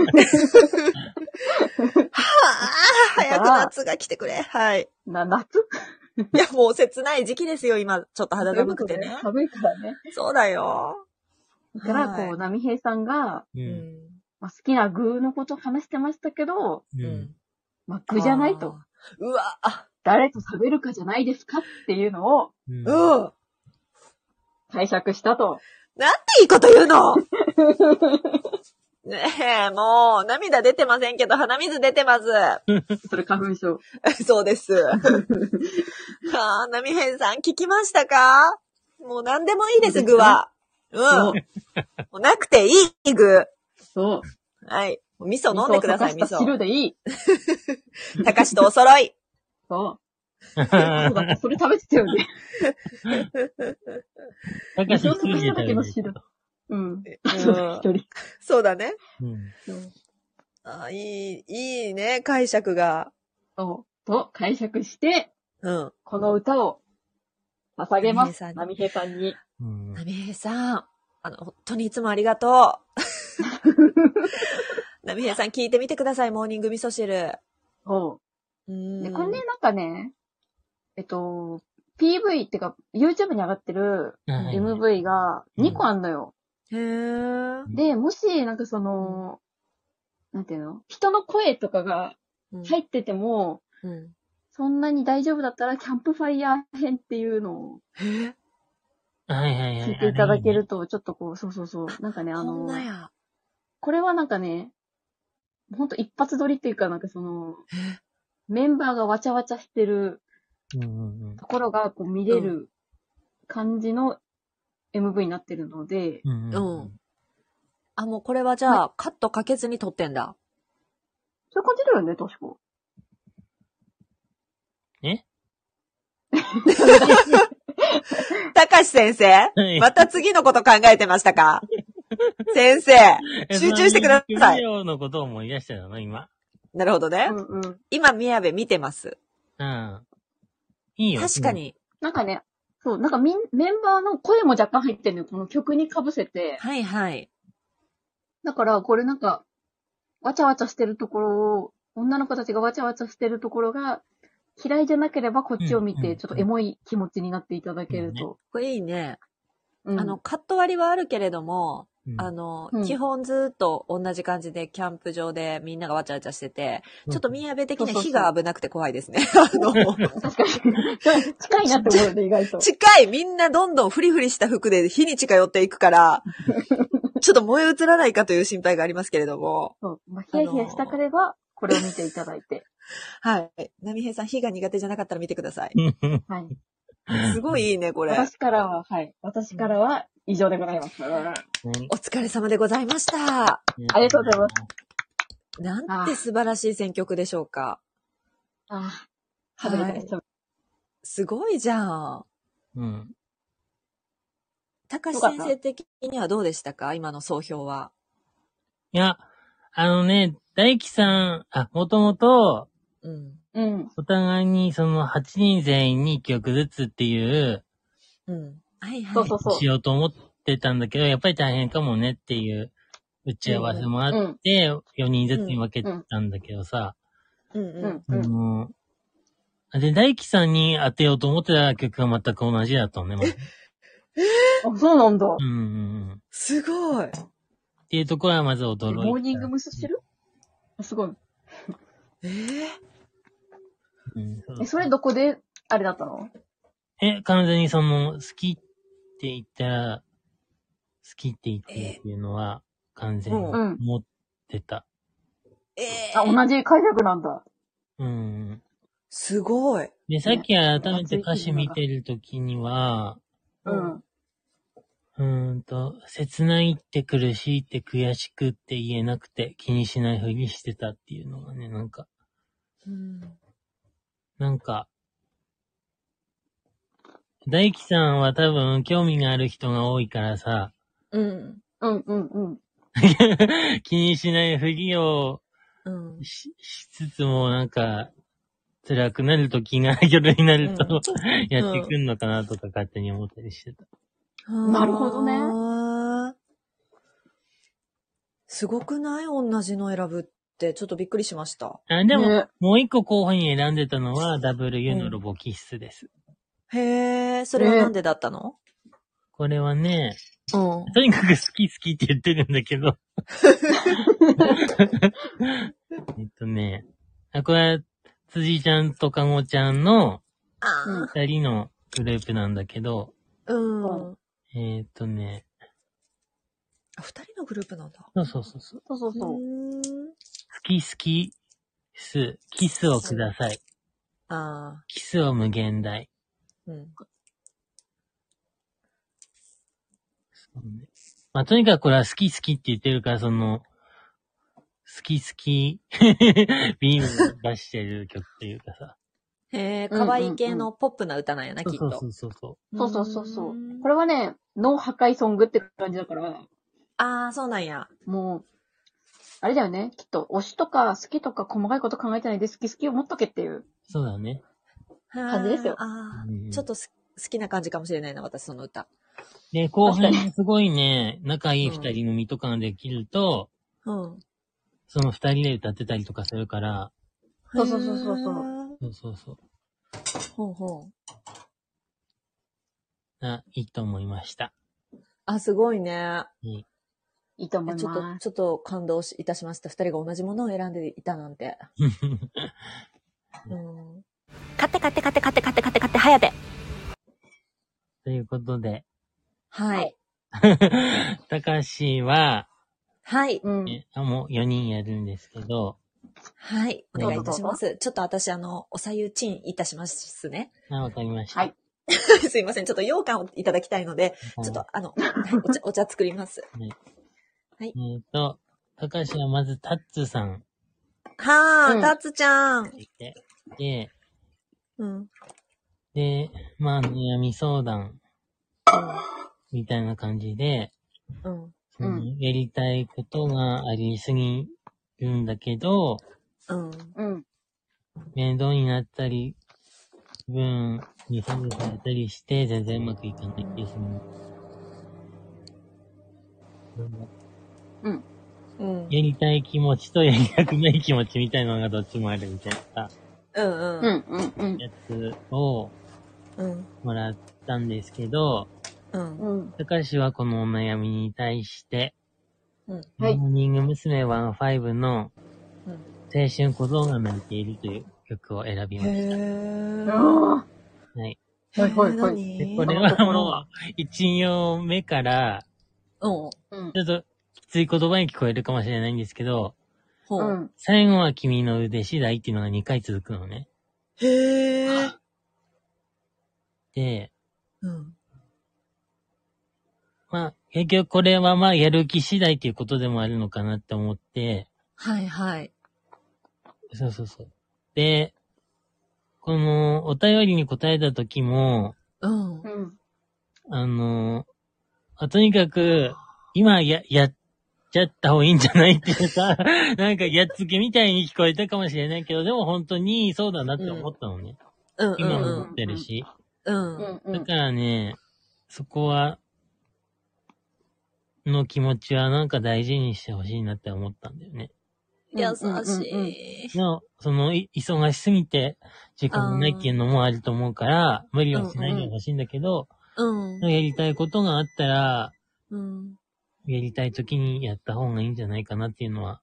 あ、早く夏が来てくれ。はい。な、夏いや、もう切ない時期ですよ、今。ちょっと肌寒くてね。寒いからね。そうだよ。だから、はいこう、波平さんが、う。うんまあ、好きな具のことを話してましたけど、うんん。まあ、具じゃないと。。うわ、あ、誰と食べるかじゃないですかっていうのをうん。うん。解釈したと。いいこと言 うのねえ、もう、涙出てませんけど、鼻水出てます。それ花粉症。 そうです。 はあ、波平さん、聞きましたかもう何でもいいです、いいですね具は。うん。そもう。うなくていい、具。そう。はい。もう味噌飲んでください、味味噌を溶かした噌。汁でいい。たかしとお 揃い。そう。そうだった、それ食べてたよね。だから、一人で食べる。うん。んそうだ、一人。そうだね。うん。そうあいい、いいね、解釈が。そう。と解釈して、うん。この歌を捧げます。ナ波ミヘさんに。うん。ナミヘイさん、あの、本当にいつもありがとう。 ナミヘイさん聞いてみてください、モーニング味噌汁。そうう。んで、これね、なんかね、えっと、PV っていうか、YouTube に上がってるはい MV がうん2個あんのよ。へー。で、もし、なんかその、なんていうの人の声とかが入ってても、うん。そんなに大丈夫だったら、キャンプファイヤー編っていうのをへー。はいはいはい。聞いていただけると、ちょっとこう、そうそうそう、なんかね、あこんの、なや。これはなんかね、ほんと一発撮りっていうか、なんかその、えメンバーがわちゃわちゃしてるうんうんうん。ところがこう見れる感じの MV になってるので、うんうんあ、もうこれはじゃあ、カットかけずに撮ってんだ。そういう感じだよね、確か。えたかし先 生はいまた次のこと考えてました か先生集中してくださいビデオのことを思い出してたの、今。なるほどね。うんうん。今、宮部見てます。うん。いいよ。確か。に。なんかね、そう、なんかみん、メンバーの声も若干入ってんのよ、この曲に被せて。はいはい。だから、これなんか、わちゃわちゃしてるところを、女の子たちがわちゃわちゃしてるところが、嫌いじゃなければこっちを見うんうんうて、んちょっとエモい気持ちになっていただけると。これいいね。うんあの、、カット割りはあるけれども、うんあの、うん基本ずっと同じ感じでキャンプ場でみんながわちゃわちゃしてて、ちょっと宮部的には火が危なくて怖いですね。 あの、確かに。近いなって思うよね、意外と。近いみんなどんどんフリフリした服で火に近寄っていく から、ちょっと燃え移らないかという心配がありますけれども。 そう。まあ、ヒヤヒヤしたければ、これを見ていただいて。はい。波平さん、火が苦手じゃなかったら見てください。うん。はい。すごいいいね、これ。私からは、はい。私からは、以上でございます。はお疲れ様でございました。ありがとうございますなんて素晴らしい選曲でしょうか。あ、食べれはたりいし。た。すごいじゃん。うん。高橋よかっ先た生的にはどうでしたか今の総評は。いや、あのね、大輝さん、あ、もともと、うん。うん。お互いにその8人全員に1曲ずつっていう、うん。はいはい。そうそうそうし。ようと思ってたんだけど、やっぱり大変かもねっていう打ち合わせもあうんっ。て、4人ずつに分けたんだけどさ、うんうん。うん。あうん。のあで、大輝さんに当てようと思ってた曲が全く同じだったのね、まずあ、そうなんだ。うんうんうん。っすごい。ていうところはまず驚いた。モーニング娘。してるあすごい。えーうんえ、それどこで、あれだったのえ、完全にその、好きって言ったら、好きって言ってっていうのは、完全にうん持ってた。えーあ、同じ解釈なんだ。うん。すごい。で、さっき改めて歌詞見てるときには、うん。うーんと、切ないって苦しいって悔しくって言えなくて気にしないふりしてたっていうのがね、なんか、うん。なんか、大輝さんは多分興味がある人が多いからさ、うん。うん、うん、うん。気にしないふりをうん。ししつつもなんか、辛くなる時が夜になると、やってくんのかなとか勝手に思ったりしてた。 なるほどねね。すごくない同じの選ぶって、ちょっとびっくりしました。あでも、ねもう一個候補に選んでたのは WU のロボキッスです。へえ、それはねなんでだったの、これはね、うん。とにかく好き好きって言ってるんだけ ど。えっとね、あ、これは辻ちゃんとかごちゃんのあ二人のグループなんだけど、ーうん。えっとね、あ、二人のグループなんだ。そうそうそうそう、そうそううそう。ーん。好き好き、ス、キスをください。ああ、キスを無限大。うん。そうねまあ、とにかくこれは好き好きって言ってるから、その、好き好き、 ビーム出してる曲っていうかさ。へえ、うんうん可愛い系のポップな歌なんやな、そうきっそうとそ。うそうそう。そうそうそうそうーんこれはね、ノー破壊ソングって感じだから、ああ、そうなんや。もう、あれだよね。きっと、推しとか好きとか細かいこと考えてないで好き好きを持っとけっていう。そうだね。感じですよあうんあ、ちょっとす好きな感じかもしれないな、私その歌。で、後半すごいね、仲いい二人組とかができると、うん。その二人で歌ってたりとかするから、そうそうそうそうそうへーそうそうそう。ほうほう。あ、いいと思いました。 あ、すごいね。いいと思いちょっまと、す。ちょっと感動しいたしました。二人が同じものを選んでいたなんて。うん。勝って勝って勝って勝って勝って勝って勝って、はやて。ということで、 はい。たかしは、はい。うん。ねあ、もう4人やるんですけど、はい。おどうぞ願いいたします。ちょっと私、あの、おさゆチンいたしますね。 あ、わかりました。はいすいません。ちょっと羊羹をいただきたいので、ちょっと、あの、はいお茶、お茶作ります。えっ、と、高橋はまずタッツさんはうー、んたつちゃん。で、で、うん。で、まあ、悩み相談みたいな感じで、うん。そのうんやりたいことがありすぎるんだけど、うん。うん。面倒になったり、自分にされたりして、全然うまくいかないケースも。うん。やりたい気持ちとやりたくない気持ちみたいなのがどっちもあるみたいなうんううん。んうんうん。やつをうん。もらったんですけど、うん。うん。高橋はこのお悩みに対して、うん。はいモーニング娘。15のうん青春小僧が泣いているという曲を選びへました。ー。あはい。へーはいはい何で、これはもう、一行目から、うん。ーうんちょっときつい言葉に聞こえるかもしれないんですけど、ほうう。ん。最後は君の腕次第っていうのが2回続くのね。へー。で、うん。まあ、結局これはまあ、やる気次第っていうことでもあるのかなって思って、はいはい。そうそうそう。で、この、お便りに答えた時も、うんう。ん。あの、あとにかく、今や、やっちゃった方がいいんじゃないっていうさ、なんか やっつけみたいに聞こえたかもしれないけど、でも本当にそうだなって思ったのね。うんうん今うも思っん。てるし。うん。うんうだん。からね、そこは、の気持ちはなんか大事にしてほしいなって思ったんだよね。優うんうんうんしい。の、その、い忙しすぎて、時間がないっていうのもあると思うから、無理はしないでほしいんだけど、うん。やりたいことがあったら、うん。やりたい時にやった方がいいんじゃないかなっていうのは、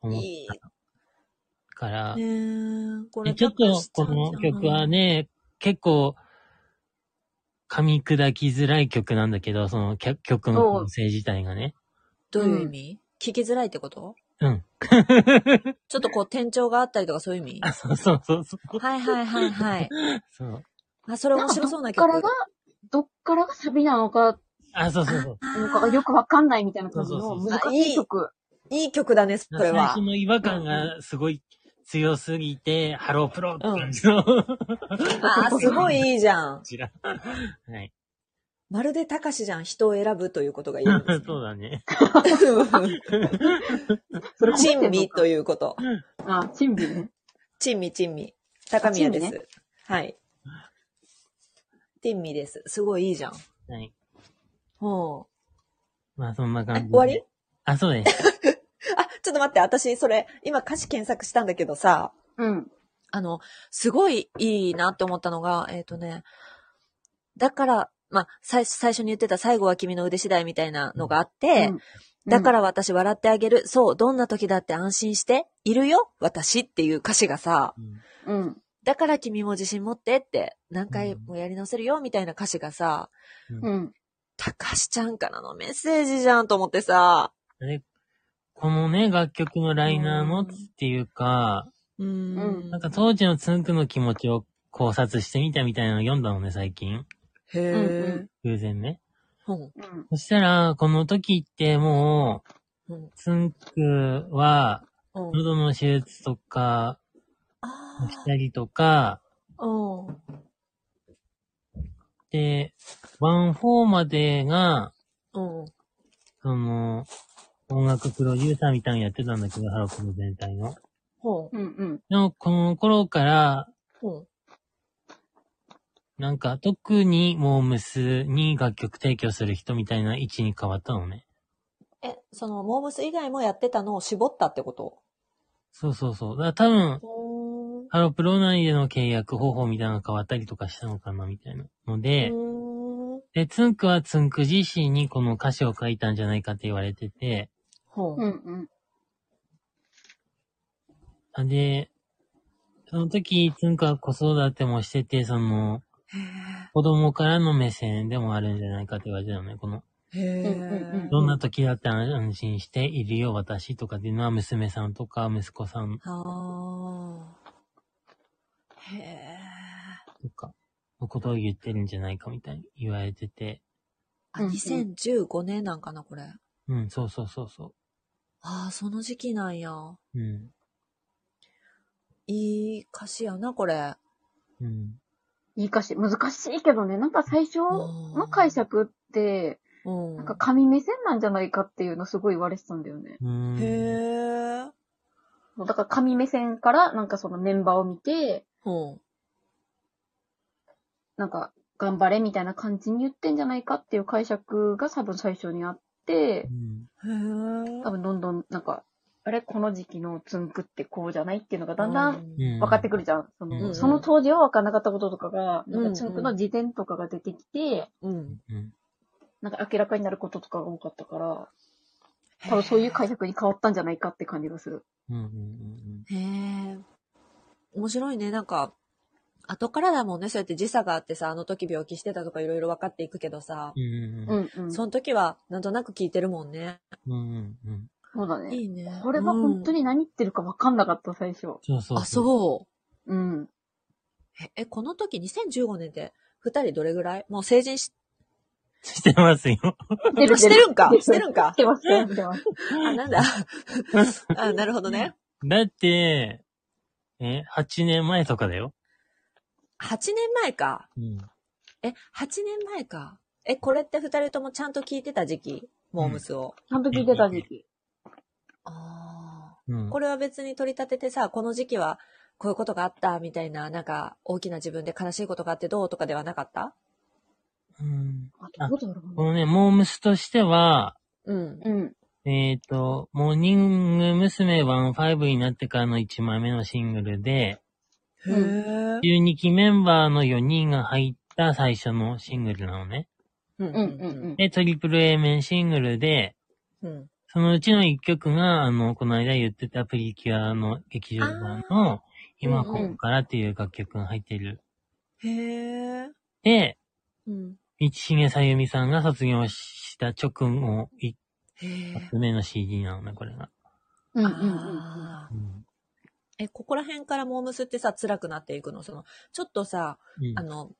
思っいい。たから、ねーこれでちょっと、この曲は、ね、結構、噛み砕きづらい曲なんだけど、その曲曲の構成自体がね。どういう意味聞きづらいってこと うん。ちょっとこう、転調があったりとかそういう意味あ、そうそうそうそう。はいはいはいはい。そう。 あ、それ面白そうどっなか曲。らが、どっからがサビなのか、あ、そうそうそう。なんかよくわかんないみたいな感じの難しい曲。いい曲だね、それ最は初。の違和感がすごい強すぎて、ハロープロって感じの、こあー、すごいいいじゃん。ちら。はい。まるでたかしじゃん、人を選ぶということがいいんです、ね。そうだね。それ 珍ん味とい うこと。あ、珍味ね。珍味珍味。高宮で珍す。味はい。珍味です。すごいいいじゃん。はい。ほまあ、そんなう。感えじで。終わりあ、そうです。 あ、ちょっと待って、私、それ、今歌詞検索したんだけどさ、うん。あの、すごいいいなって思ったのが、えっ、とね、だから、まあ、最初、最初に言ってた最後は君の腕次第みたいなのがあって、うんだから私笑ってあげる。そう、どんな時だって安心して、いるよ、私っていう歌詞がさ、うんうん。だから君も自信持ってって、何回もやり直せるよ、みたいな歌詞がさ、うん。たかしちゃんからのメッセージじゃんと思ってさ、でこのね、楽曲のライナーのっていうか、うーん。なんか当時のつんくの気持ちを考察してみたみたいなのを読んだのね、最近。へうんうえ。偶然ね。うん。うん。そしたら、この時ってもう、うんつんくは、うん。喉の手術とか、ああ。したりとか、うん。で、ワンフォーまでが、うん。その、音楽プロデューサーみたいなのやってたんだけど、ハロプロ全体の。ほう。うん。うん。でも、この頃から、ほなんか、特にモームスに楽曲提供する人みたいな位置に変わったのね。う。え、その、モーブス以外もやってたのを絞ったってことそうそうそう。だから多分、うハロプロ内での契約方法みたいなのが変わったりとかしたのかな、みたいな。ので、ーん。で、ツンクはツンク自身にこの歌詞を書いたんじゃないかって言われてて、ほうう。ん。で、その時、ツンクは子育てもしてて、その、子供からの目線でもあるんじゃないかって言われてたのね。この、へえうんうんうんどんな時だって安心しているよ、私とかっていうのは娘さんとか息子さんあーへえ。とかのことを言ってるんじゃないかみたいに言われてて。あ、うんうん2015年なんかな、これ。うん、そうそうそうそああ、その時期なんや。う。うん。いい歌詞やな、これ。うん。いい歌詞。難しいけどね、なんか最初の解釈って、うん。なんか神目線なんじゃないかっていうのすごい言われてたんだよね。うーん。へえ。だから神目線からなんかそのメンバーを見て、ほなんか、頑張れみたいな感じに言ってんじゃないかっていう解釈が多分最初にあってう、ん。うん多分どんどんなんか、あれこの時期のつんくってこうじゃないっていうのがだんだんうん。分かってくるじゃん。そうんうんのその当時は分かんなかったこととかが、うんなんかつんくの事前とかが出てきて、うん。うん。なんか明らかになることとかが多かったから、多分そういう解釈に変わったんじゃないかって感じがする。うん。うんうん。へえ。面白いね。なんか、後からだもんね。そうやって時差があってさ、あの時病気してたとかいろいろ分かっていくけどさ、うんうんううんんうん。そその時はなんとなく聞いてるもんね。うんうんうん。うだね。いいね。これは本当に、に何言ってるか分かんなかった、最初。そうそう。あ、そう。うん。ええ、この時2015年で二人どれぐらいもう成人し、してますよ。出あしてるんか出してるんかしてます、してます。あ、な んだ。あ、なるほどね。だって、え、8年前とかだよ。 8年前か。うん。え、8年前か。え、これって二人ともちゃんと聞いてた時期モームスを。ちゃんと聞いてた時期。あうんあ。これは別に取り立ててさ、この時期はこういうことがあったみたいな、なんか大きな自分で悲しいことがあってどうとかではなかったうんあ、どうだろこうのね、モームスとしては、うん。な。うん。えっ、と、モーニング娘。15になってからの1枚目のシングルで、へえ。 12期メンバーの4人が入った最初のシングルなのね。うんうんうんで、トリプル A 面シングルで、うん。うん。そのうちの1曲が、あの、この間言ってたプリキュアの劇場版の、今ここからっていう楽曲が入ってる。へえ。で、うん。道重さゆみさんが卒業した直後、一へえ。発目の CD なのね、これが。うんうんうん。あーうん。え、ここら辺からモームスってさ、辛くなっていくのその、ちょっとさ、うんあの、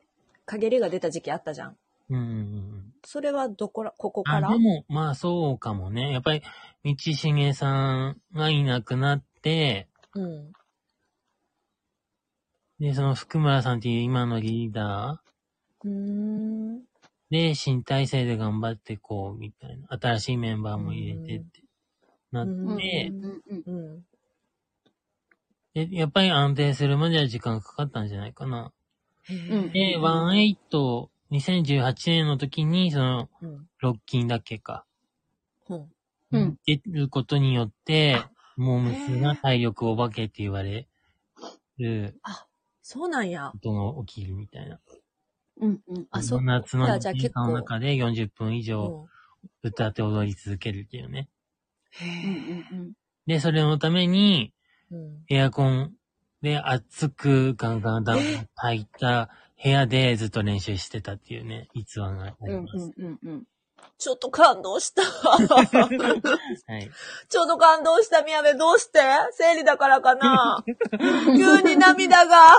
陰りが出た時期あったじゃん。うんうんうん。それはどこら、ここかあ、らでも、まあそうかもね。やっぱり、道重さんがいなくなって、うん。で、その福村さんっていう今のリーダうーん。ーで、新体制で頑張ってこう、みたいな。新しいメンバーも入れてって、なって、うんうでんうんうん。やっぱり安定するまでは時間かかったんじゃないかな。へうんえ。で、18、2018年の時に、その、うん。ロッキンだっけか。うん。うん出ることによって、もう娘が体力お化けって言われるそうなんやこ。とが起きるみたいな。うんうん。あそっか夏のじゃあ時結構間の中で40分以う上ん。歌って踊り続けるっていうね。うんへうんで、それのために、え。うん。エアコンで熱くガンガンダウン入った部屋でずっと練習してたっていうね、逸話があうん。うりんます。うんうんうん。ちょっと感動した。 ちはい。ょっと感動した、宮部。どうして生理だからかな急に涙が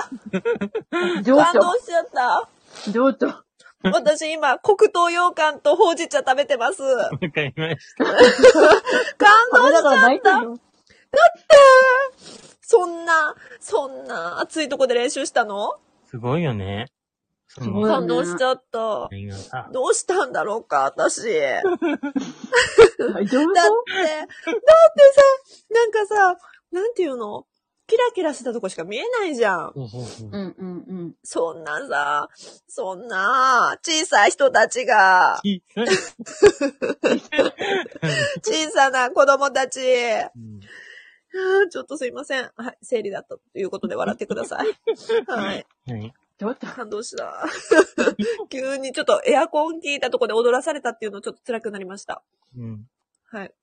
情感動緒。しちゃった。情緒。私今、黒糖羊羹とほうじ茶食べてます。わかりました。感動食べしなちがらゃ泣っいたた。よ。そんな、そんな暑いとこで練習したのすごいよね。そすごいよね感動しちゃった。みんなさどうしたんだろうか、私。だって、大丈夫だってさ、なんかさ、なんていうのキラキラしたとこしか見えないじゃん。そうそう そう。うんうんうん。そんなさ、そんな、小さい人たちが、小さな子供たち。うんあーちょっとすいません。はい、生理だったということで笑ってください。はい。はい。情緒。感動した。 急にちょっとエアコン効いたとこで踊らされたっていうのちょっと辛くなりました。うん。はい。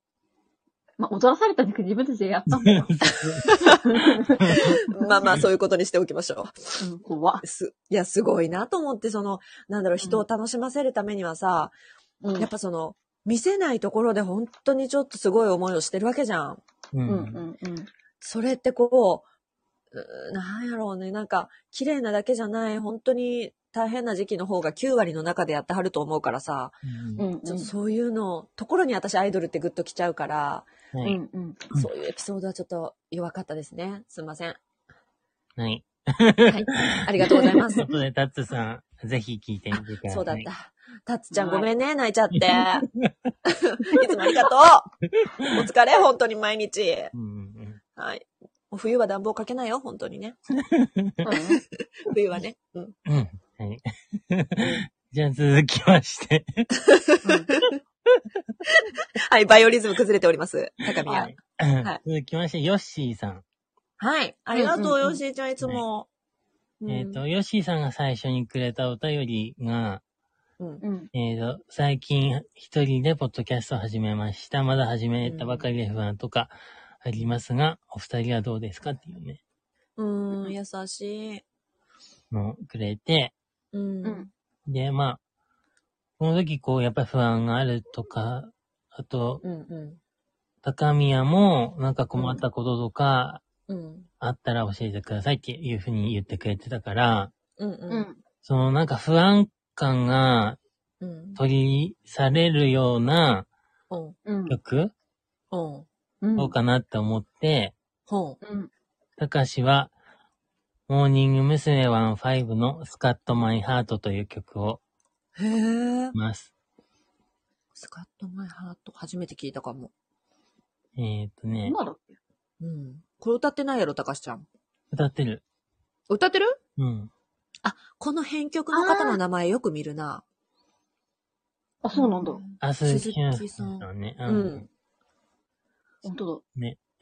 まあ、踊らされたんだけど自分たちでやったんだよ。まあまあ、そういうことにしておきましょうん、怖っう。す、いや、すごいなと思って、その、なんだろう、人を楽しませるためにはさ、うんやっぱその、見せないところで本当にちょっとすごい思いをしてるわけじゃん。う。うんうんんうん。それってこう、うーなんやろうね、なんか、綺麗なだけじゃない、本当に大変な時期の方が9割の中でやってはると思うからさ、ううんんちょっとそういうの、ところに私アイドルってグッと来ちゃうから、はうい。んうん。うんそういうエピソードはちょっと弱かったですね。すいません。はい。はい。ありがとうございま といすうこ。とで、タッツさん、ぜひ聞いてみてください。そうだっ。た。タッツちゃんはいごめんね、泣 いちゃって。いつもありがとう。お疲れ、本当に毎日。うんうんはい。もう冬は暖房かけないよ、本当にね。そうだね冬はね。うん。うん。うん。はい。 じゃあ続きまして。はい、バイオリズム崩れております。高宮。ははいい、続きまして、ヨッシーさん。ありがうんとう、うんうんよしーちゃん、いつも。うんえっ、と、ヨッシーさんが最初にくれたお便りが、うん。うん。えっ、と、最近一人でポッドキャストを始めました。まだ始めたばかりで不安とかありますが、お二人はどうですかっていうね、うーん、優しい。のをくれて、うん。うん。で、まあ、この時こう、やっぱり不安があるとか、あと、うん、う高宮もなんか困ったこととかん。うん。あったら教えてくださいっていうふうに言ってくれてたから、うん、う。うんそのなんか不安感がん。うん。取り去れるようなうん。うん。曲うん。うん。どうかなって思って、ほうん。たかしは、モーニング娘。15のスカットマイハートという曲をう。へえし。ます。スカッとマイハート、初めて聞いたかも。えっ、ー、とね、今だっけうん。これ歌ってないやろ、高しちゃん。歌ってる。歌ってるうん。あ、この編曲の方の名前よく見るな。あ、そうなんだ。あ、鈴鈴木木さんさんだね。ううんん。。本当う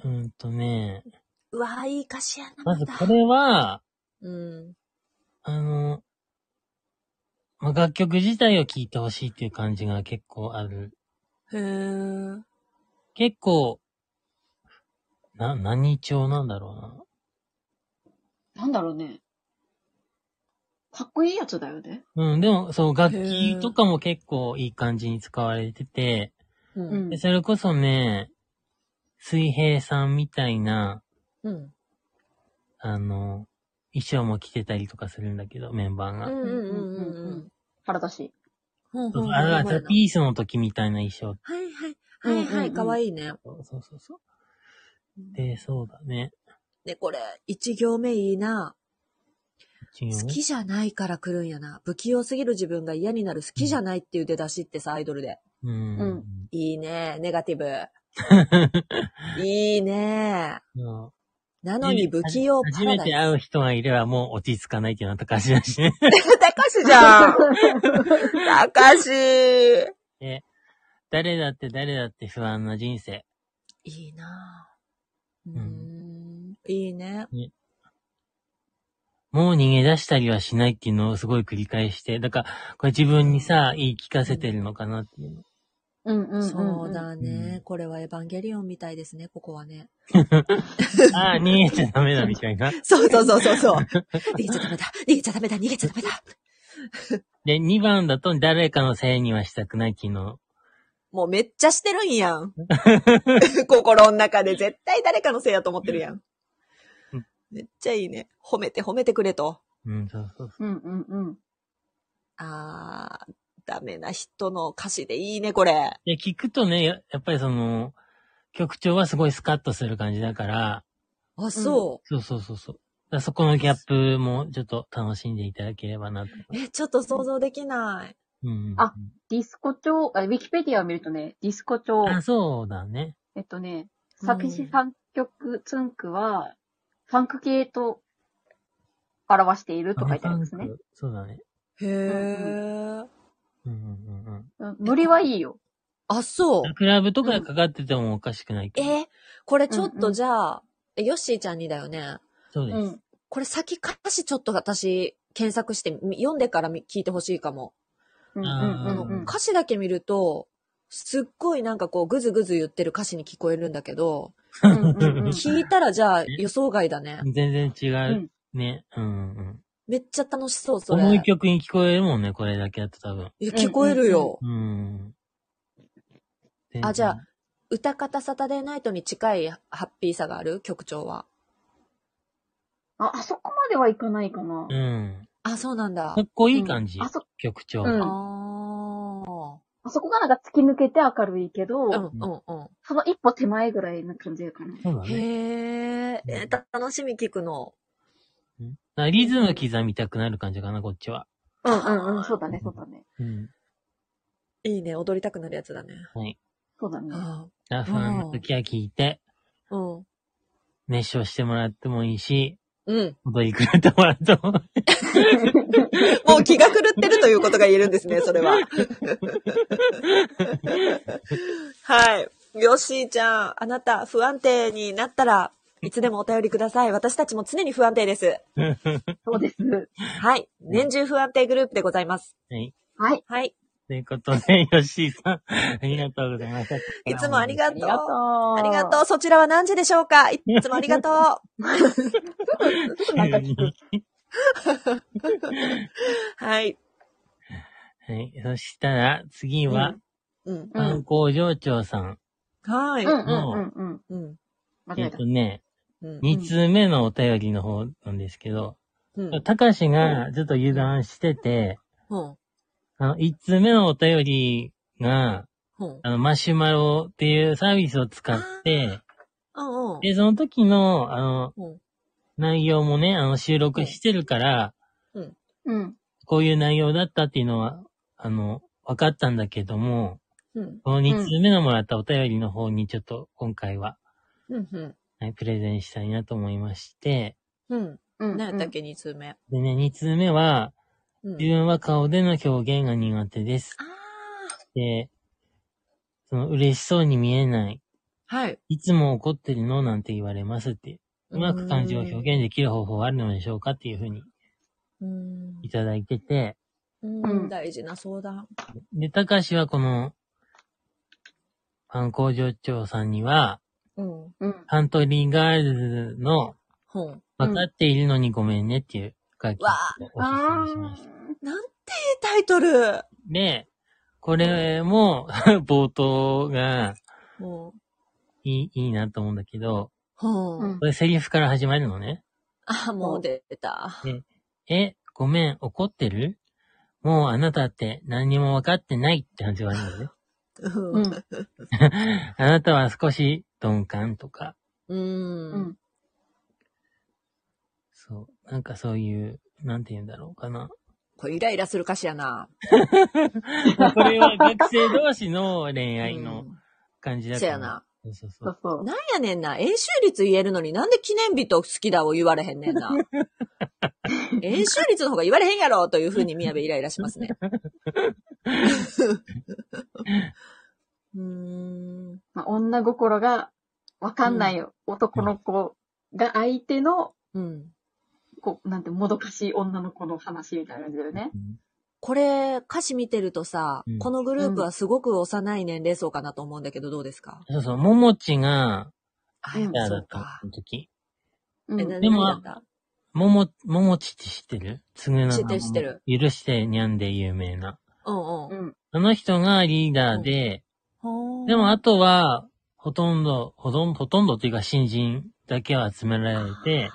んとね、うわーいい歌詞やな。まずだこれは、うん。あの、まあ、楽曲自体を聴いてほしいっていう感じが結構ある。へー。結構、な、何調なんだろだ。なんだろうね。かっこいいやつだよね。うな。うん、でも、そう、楽器とかも結構いい感じに使われてて、う。うんんで。それこそね、水平さんみたいな、うん。あの、衣装も着てたりとかするんだけど、メンバーうが。んうんうんううんうんん。腹出し。ほんそほ。うんあはら、いザ・ピースの時みたいな衣装。はい。はいはい。かわいいね。そうそうそう。で、そうだね。で、これ、一行目いいな。一応好きじゃないから来るんやな。不器用すぎる自分が嫌になる好きじゃないっていう出だしってさ、アイドルで。ううんん。いいね。ネガティ ブ。いいね。そうなのに不器用パ初ラめダてイ会う人がいればもう落ち着かないっていうのは高橋だしね。ス。 たかしじゃん たかしで 誰だって誰だって不安な人生。いいなぁ。ううーん。いいね。もう逃げ出したりはしないっていうのをすごい繰り返して、だから、これ自分にさ、言い聞かせてるのかなって いううんうんうん。そう。だうんね。これはエヴァンゲリオンみたいですね、ここはね。の。ああ、逃げちゃダメだみたいな。そうそうそうそうそう。逃げちゃダメだ。逃げちゃダメだ。逃げちゃダメだ。で、2番だと誰かのせいにはしたくないっていうの。もうめっちゃしてるんやん。心の中で絶対誰かのせいやと思ってるやんうん。めっちゃいいね。褒めて褒めてくれと。うん、そうそうそうんうんうん。あー、ダメな人の歌詞でいいね、これ。う。で、聞くとね、ややっぱりその、曲調はすごいスカッとする感じだから、あ、そそうそうそうそう。だからそこのギャップもちょっと楽しんでいただければなと。う。え、ちょっと想像できない。うん。あディスコ調、あウィキペディアを見るとね、ディスコ調、あ、そうだね。えっとね、うん作詞作曲、ツンクは、ファンク系と表していると書いてありますねファ。ンクそうだね。へー。うんうんうんうん。うんノリはいいよ。あ、そう。クラブとかでかかっててもおかしくないけえど。ーこれちょっうんうとんじゃあ、えヨッシーちゃんにだよね。そううです。ん。これ先歌詞ちょっと私検索してみ読んでからみ聞いてほしいかも。うんうんあーうんうん。歌詞だけ見ると、すっごいなんかこうグズグズ言ってる歌詞に聞こえるんだけど、うんうんうん聞いたらじゃあ予想外だね。全然違うね。うんうん。めっちゃ楽しそう、それ。重い曲に聞こえるもんね、これだけだと多分。え聞こえるよ。うん。あじゃあ。歌方サタデーナイトに近いハッピーさがある曲調は。あ、あそこまではいかないかなう。ん。あ、そうなんだか。っこいい感じあ。そ、曲調うんが。ああそこがなんか突き抜けて明るいけど、あ。うん、うん、うん。その一歩手前ぐらいな感じやかな。そうだね。へーえー、た楽しみ聞くの。うんだからリズム刻みたくなる感じかな、こっちは。うんうんうん、そうだね、そうだね。うん。いいね、踊りたくなるやつだね。はい。そうだね。あラファンの時は聞いて、あ、うん。熱唱してもらってもいいし、うん。ほどいくらたまると。もう気が狂ってるということが言えるんですね、それは。はい。よっしーちゃん、あなた不安定になったらいつでもお便りください。私たちも常に不安定です。そうです。はい。年中不安定グループでございます。はい。はい。はい。ということで、ヨッシーさん、ありがとうございました。いつもありあがりとがとう。う。ありがとう。そちらは何時でしょうかいつもありがとう。う。なんか聞く。はい。 はい。そしたら、次は、うん。うん観光場長さん。はうんうーい。んうんうん。うん。間え違え。ったとね、うん。 2通目のお便りの方なんですけど、うん。たかしがちょっと油断してて、うん。あの、1通目のお便りが、うん。あの、マシュマロっていうサービスを使って、うん。で、その時の、あの、うん内容もね、あの、収録してるから、うん。こういう内容だったっていうのは、あの、分かったんだけども、うん。この2通目のもらったお便りの方にちょっと今回は、うん。うん。はい、プレゼンしたいなと思いまして、うん。うん。何やったっけ、二通目。でね、2通目は、うん自分は顔での表現が苦手です。あで、その、嬉しそうに見えない。あ。はい。いつも怒ってるのなんて言われますって。うまく漢字を表現できる方法はあるのでしょうかっていうふうにうん。いただいてて。うん。大事な相談。で、たかしはこの、パン工場長さんには、うん。うん。カントリーガールズの、うん。わかっているのにごめんねっていう書きをおあ勧めしました。なんてタイトル。で、これも、 冒頭がうん。いい、いいなと思うんだけど、ううん。んこ。れセリフから始まるのね。あ、もう出た。え、ごめん、怒ってるもうあなたって何にも分かってないって感じがあるのね。う。うんん。あなたは少し鈍感とか、う。うんん。そう、なんかそういう、なんて言うんだろうかな。これイライラする歌詞やな。まあ これは学生同士の恋愛うのん感じだせから。やな。そうそうそそうう。そう。なんやねんな。演習率言えるのになんで記念日と好きだを言われへんねん な。演習率の方が言われへんやろというふうに宮部イライラしますね。 うーん。まあ、女心がわかんない男の子が相手の、うん。こう、なんて、もどかしい女の子の話みたいな感じだよね。これ、歌詞見てるとさ、うんこのグループはすごく幼い年齢層かなと思うんだけど、どうですか、そうそう、ももちが、あ、うんやギっぱャーそだうったか。時。うん。え、うな、んでも何だったもも、ももちって知ってるつぐなが知ってる知ってる許してにゃんで有名な。うんうん。うん。あの人がリーダーで、ほーでも、あとは、ほとんど、ほとんど、ほとんどっていうか、新人だけは集められて、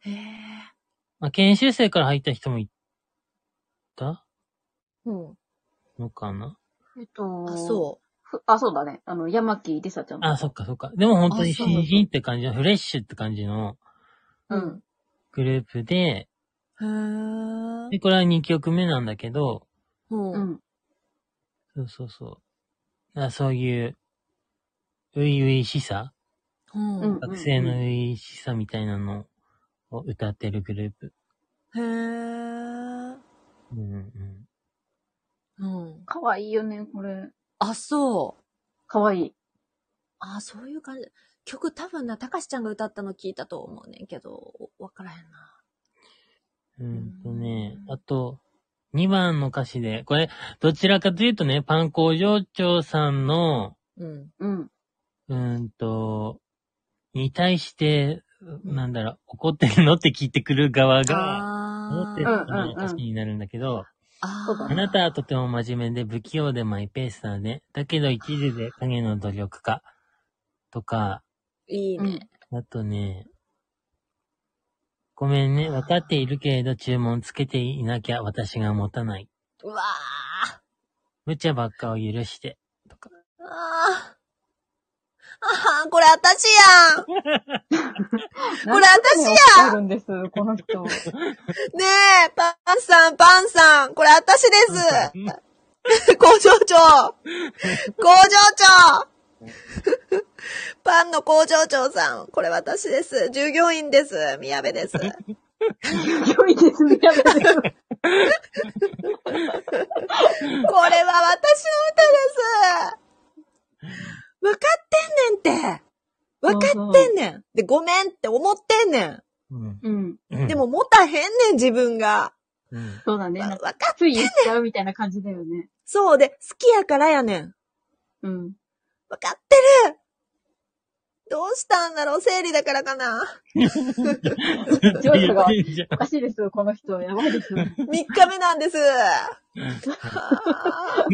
へえ。まあ、研修生から入った人もいたうん。のかなえっと、。あ、そうあ、そうだね。あの、山木りさちゃんとか。あ、そっかそっか。でも本当にあそうそう新人って感じの、フレッシュって感じのう。ううんん。。グループで、へえ。で、これは2曲目なんだけど、うんう。ん。そうそうそう。だからそういう、ういういしさうんうん学生の初々しさみたいなのを歌ってるグループ。へー。うんうん。うん。かわいいよね、これ。あ、そう。かわいい。あ、そういう感じ。曲多分な、たかしちゃんが歌ったの聞いたと思うねんけど、わからへんな。うんとね、うんあと、2番の歌詞で、これ、どちらかというとね、パン工場長さんの、うん。うん。うーんと、に対して、なんだろう、怒ってるのって聞いてくる側が、思あってーるうんような歌詞になるんだけど、あそうーだあなたはとても真面目で不器用でマイペースだね。だけど一途で影の努力家。とか、いいね。あとね、ごめんね、わかっているけれど注文つけていなきゃ私が持たない。うわー。無茶ばっかを許して。とか。あー。あーこれあたしやんこれ私ややるんです、この人。ねえ、パンさん、パンさん、これあ たしです工場長工場長パンの工場長さん。これ私です。従業員です。宮部です。良いですね。やめてこれは私の歌です。わかってんねんって。わかってんねん。で、ごめんって思ってんねん。うん。うん。うんで、も持たへんねん、自分が。うん。そうだね。わなんかわかっ、つい言っちゃうみたいな感じだよね。そうで、好きやからやねん。うん。わかってるどうしたんだろう生理だからかな。情 緒が言ってんじゃんおかしいですよ、この人。やばい ですよ。 3日目なん です。あー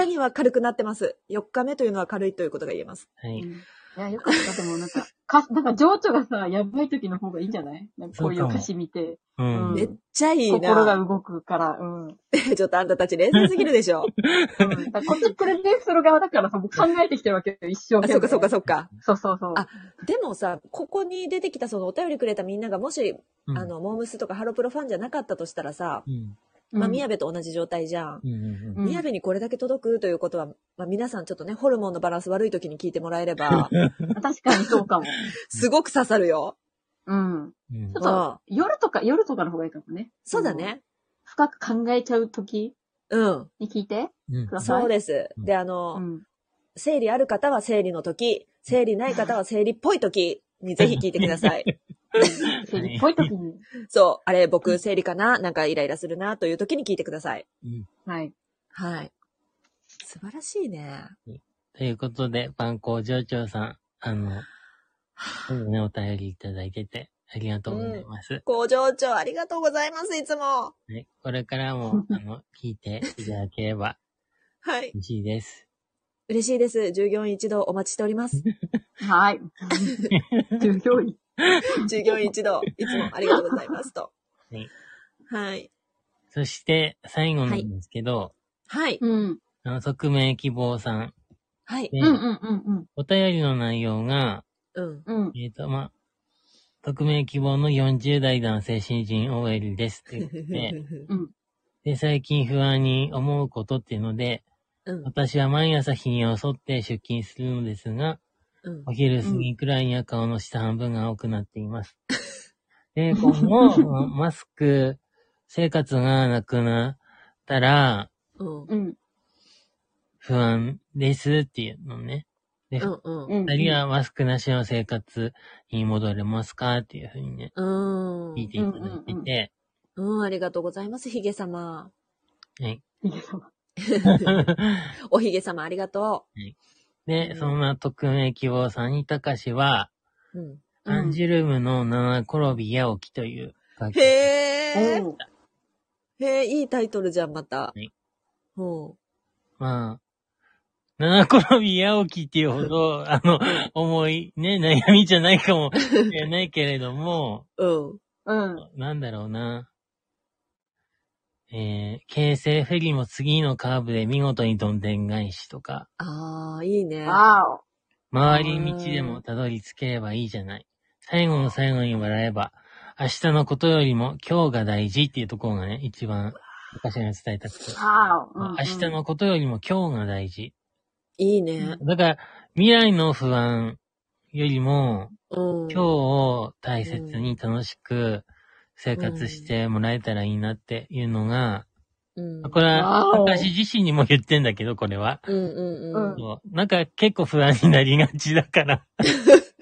明日には軽くなってます。4日目というのは軽いということが言えます。はいうんいや、よかった。でもなんか、か、なんか情緒がさ、やばい時の方がいいんじゃないなんかこういう歌詞見て、うん。めっちゃいい心がな。動くから、うん。うん ちょっとあんたたち冷静すぎるで しょ。だからこっちプレゼンする側だからさ、僕考えてきてるわけよ、一生あ、懸命。そっかそっかそっか。そうそうそう。あでもさ、ここに出てきたそのお便りくれたみんながもし、うんあ、の、モームスとかハロプロファンじゃなかったとしたらさ、うん。まあ、宮部と同じ状態じゃん。うんうんうん宮部にこれだけ届くということは、まあ、皆さんちょっとね、ホルモンのバランス悪い時に聞いてもらえれば、 確かにそうかも。すごく刺さるよ。 うん。うんちょっうんと、夜とか、夜とかの方がいいかもね。そうだ。ね。深く考えちゃう時うん。に聞いてうんください。そうです。うんで、あうの、ん。生理ある方は生理の時、生理ない方は生理っぽい時にぜひ聞いてください。生理っぽい時に。そう、あれ僕生理かななんかイライラするなという時に聞いてください。うんはい。はい。素晴らしいね。ということで、パン工場長さん、あの、そうね、お便りいただいてて、ありがとうございます。工場長ありがとうございます、いつも。ねこれから も、あの、聞いていただければはい。嬉しいです。嬉しいです。従業員一同お待ちしております。 はい。従業員。従業員一同、いつもありがとうございますと。はいはい。そして、最後なんですけど、はい。うん。あの、匿名希望さん、はい。でうんうんうんお便りの内容が、うん。うん。うん。えっ、と、まあ、匿名希望の40代男性新人 OL ですって言 って、うん。で、最近不安に思うことっていうので、うん。私は毎朝日に襲って出勤するのですが、うんお。昼過ぎくらいには顔の下半分が青くなってい ます。で、今後、まあマスク生活がなくなったらうん。うん。不安ですっていうのね。で、う二、ん。うん。人はマスクなしの生活に戻れますかっていうふうにね、うん。聞いていただいてて、うん、ありがとうございます、ヒゲ様。はい。いいけどおヒゲ様、ありがとで、そんな匿名希望さんにたかしは、う。うん。うんアンジュルムの七転び八起きという楽曲へー。おうへー、いいタイトルじゃん、まはた。いほまあ、七転び八起きっていうほど、あの、重い、ね、悩みじゃないかもしれないけれども、う。うん。うん。なんだろうな。えー、京成フェリーも次のカーブで見事にどんでん返しとか、あー、いいね。わ回り道でもたどり着ければいいじゃない。最後の最後に笑えば、明日のことよりも今日が大事っていうところがね、一番私が伝えたくてお。。わお。う明ん日。のことよりも今日が大事。いいね。だから、未来の不安よりも、う今ん。日を大切に楽しく生活してもらえたらいいなっていうのが、うん。これはわお私自身にも言ってんだけど、これは。うんうんうん。そうなんか結構不安になりがちだから。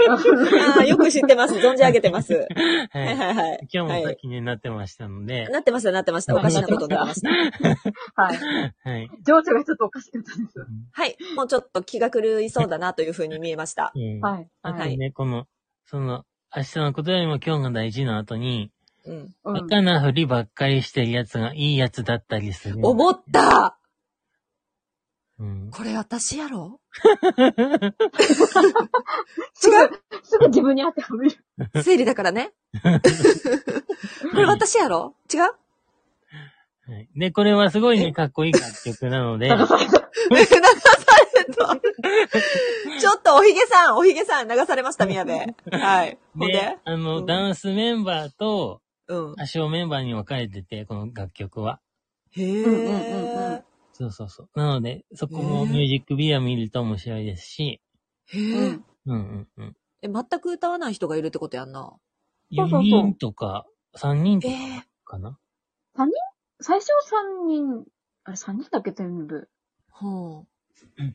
ああ、よく知ってます。存じ上げてます。は はいい。はいはい。今日もは先になってましたのでい、、なってました、なってました。おかしなことになってました。 はい。はい。情緒がちょっとおかしかったです。はい。もうちょっと気が狂いそうだなというふうに見えましたう。んはい。あとはい。ね、この、その、明日のことよりも今日が大事の後に、うん。うんバカなふりばっかりしてるやつがいいやつだったりする。思ったうん。これ私やろすぐ、すぐ自分に当てはめる。生理だからね。これ私やろ違うはいで、これはすごいね、かっこいい楽曲な ので、流された。流された。ちょっとおひげさん、おひげさん流されました、宮部。はい。ほんでで、あうの、んダンスメンバーとうん。歌唱メンバーに分かれてて、この楽曲は。へうんうんうんうえん。そうそうそう。なので、そこもえーミュージックビデオ見ると面白いですし、へうえ。んうんうん。え、全く歌わない人がいるってことやんな。そうそうそう4人とか3人とえかえ。かな。最初3人、あれ3人だっけ全部。ほ3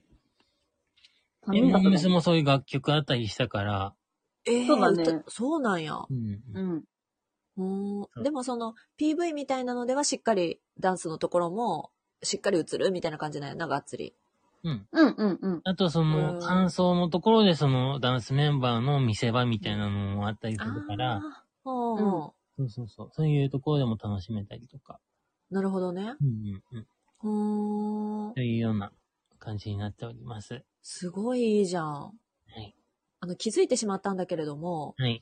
いや人モだっームスたもそういう楽曲あったりしたから、う。ええそうだね歌そうなんや。うん。うん。ほそううでもその PV みたいなのではしっかりダンスのところもしっかり映るみたいな感じなんやな、がっつり。うん。うんうんうん。あとその、うん感想のところでそのダンスメンバーの見せ場みたいなのもあったりするから、あー。ほうほそうそうそう。そういうところでも楽しめたりとか。う。なるほどね。うんうんうん。ほう。というような感じになっております。すごいいいじゃん。いあの、気づいてしまったんだけれども、はい。うん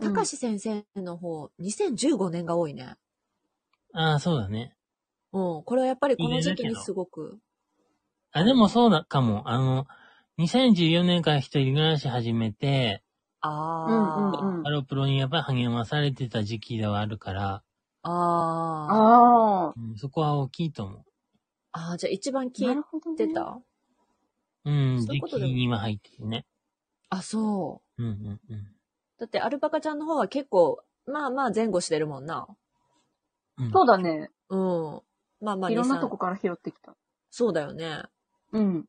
高橋先生の方、2015年が多いね。ああ、そうだね。うん。これはやっぱりこの時期いいねだけにどすごく。あ、でもそうだかも。あの、2014年から一人暮らし始めて、あうあ、んうんうんハロプロにやっぱり励まされてた時期ではあるから、ああ、ああ。うん、そこは大きいと思ああ、じゃあ一番聞ないるほど、ね。てたう。うん、そうい時うこ期とでもに今入っててね。あ、そう。うんうんうん。だってアルパカちゃんの方は結構、まあまあ前後してるもんな。うんそうだね。うん。まあまあいろんな23とこから拾ってきた。そうだよね。 うん。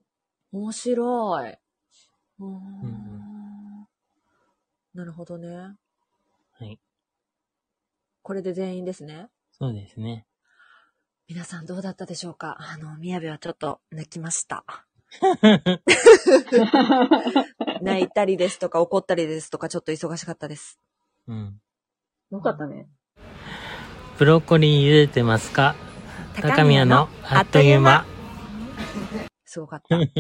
面白い。うーんなるほどね。はい。これで全員ですね。そうですね。皆さんどうだったでしょうかあの、宮部はちょっと泣きました。泣いたりですとか怒ったりですとかちょっと忙しかったです。うん。よかったね。ブロッコリー茹でてますか高宮のあっという間。。すごかった。うん。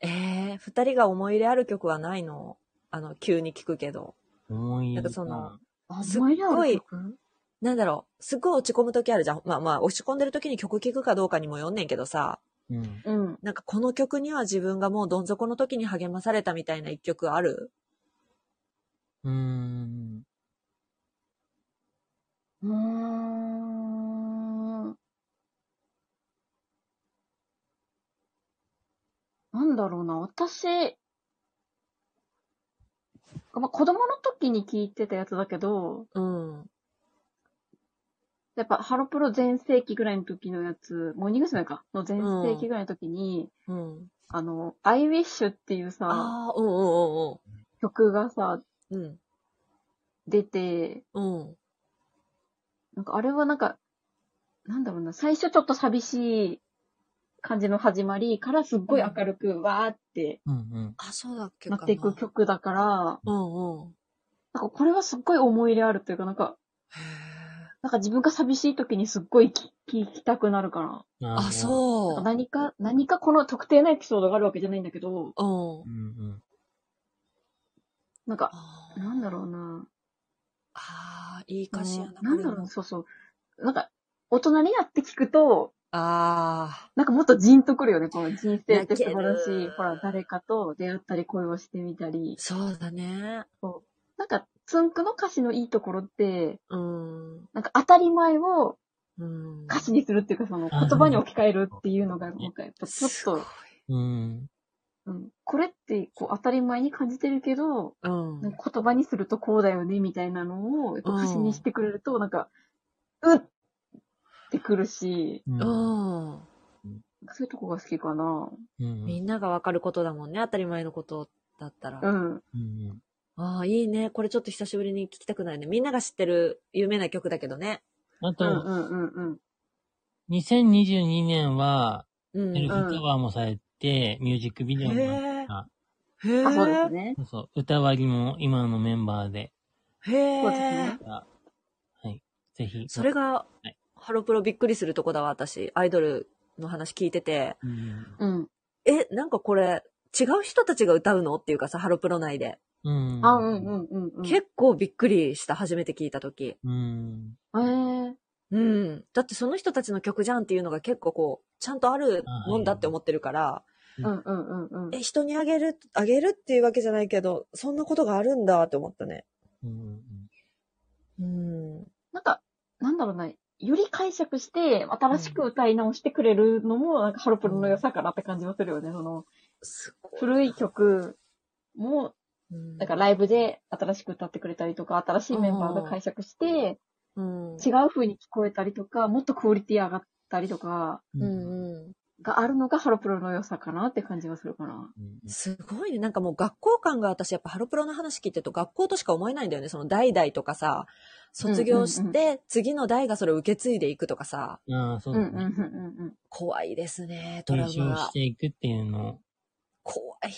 えー、二人が思い入れある曲はないのあの、急に聞くけど。思い入れなんかそのあすっ思い出あごいる曲なんだろう、すっごい落ち込む時あるじゃん。まあまあ、落ち込んでる時に曲聴くかどうかにもよんねんけどさ、うん。うん。なんかこの曲には自分がもうどん底の時に励まされたみたいな一曲あるうーん。うーん。なんだろうな、私、まあ、子供の時に聞いてたやつだけど、うん。やっぱハロプロ全盛期ぐらいの時のやつ、モーニング娘。か、の全盛期ぐらいの時に、うん。あの、I wish っていうさ、ああ、うんうん曲がさ、うんうん。出て、うん。うん。なんかあれはなんか、なんだろうな、最初ちょっと寂しい感じの始まりからすっごい明るくわーってうんうん。あ、そうだっけなかっていく曲だから、うんうん。なんかこれはすっごい思い入れあるというか、なんか、へえ。なんか自分が寂しい時にすっごい聴きたくなるから、あ、う。なそんかう。何か、何かこの特定のエピソードがあるわけじゃないんだけど、うんう。んうん。なんか、あーなんだろうな、あー、いい歌詞やな。なんだころれう、もそうそう。なんか、大人になって聞くと、あなんかもっとジーンとくるよね。この人生って素晴らし泣けいる。ほら、誰かと出会ったり恋をしてみたりー、。そうだね。なんか、つんくの歌詞のいいところって、うん。なんか当たり前をうん。歌詞にするっていうか、その言葉に置き換えるっていうのが、なんかやっぱちょっすごいと、うん。うん、これってこう当たり前に感じてるけど、うん。なんか言葉にするとこうだよね、みたいなのを、やっぱ歌詞にしてくれると、なんか、うっってくるし、ううん。そういうとこが好きかな。うん。みんながわかることだもんね。当たり前のことだったら。ううん。んうん。ああ、いいね。これちょっと久しぶりに聞きたくなるね。みんなが知ってる有名な曲だけどね。あうんうと、んうんうん。 2022年は、うん。セルへフカバーもされて、ミュージックビデオも、え。へあ、そうですえ。ね。そうそう、歌割りも今のメンバーで、へそうですえね。はい、ぜひ。それがはい、ハロプロびっくりするとこだわ、私。アイドルの話聞いてて。うん、うん。え、なんかこれ、違う人たちが歌うのっていうかさ、ハロプロ内で。うん。あ、うんうんうんうん。結構びっくりした、初めて聞いたとき。うん。えー、うん。だってその人たちの曲じゃんっていうのが結構こう、ちゃんとあるもんだって思ってるから、うんうんうんうん。え、人にあげる、あげるっていうわけじゃないけど、そんなことがあるんだって思ったね。うん。うん。なんか、なんだろうな、より解釈して、新しく歌い直してくれるのも、なんかハロプロの良さかなって感じはするよね。その、す古い曲も、ごい。なんかライブで新しく歌ってくれたりとか、新しいメンバーが解釈して、うん、違う風に聞こえたりとか、もっとクオリティ上がったりとか、ううんんうん。があるのがハロプロの良さかなって感じはするかな。すごいね。なんかもう学校感が私やっぱハロプロの話聞いてると学校としか思えないんだよね。その代々とかさ、卒業しうて次の代がそれを受け継いでいくとかさ、ああ、そううんうだんうんね。うん怖いですね、トラ練ウ習マしが。ていくっていうの怖い。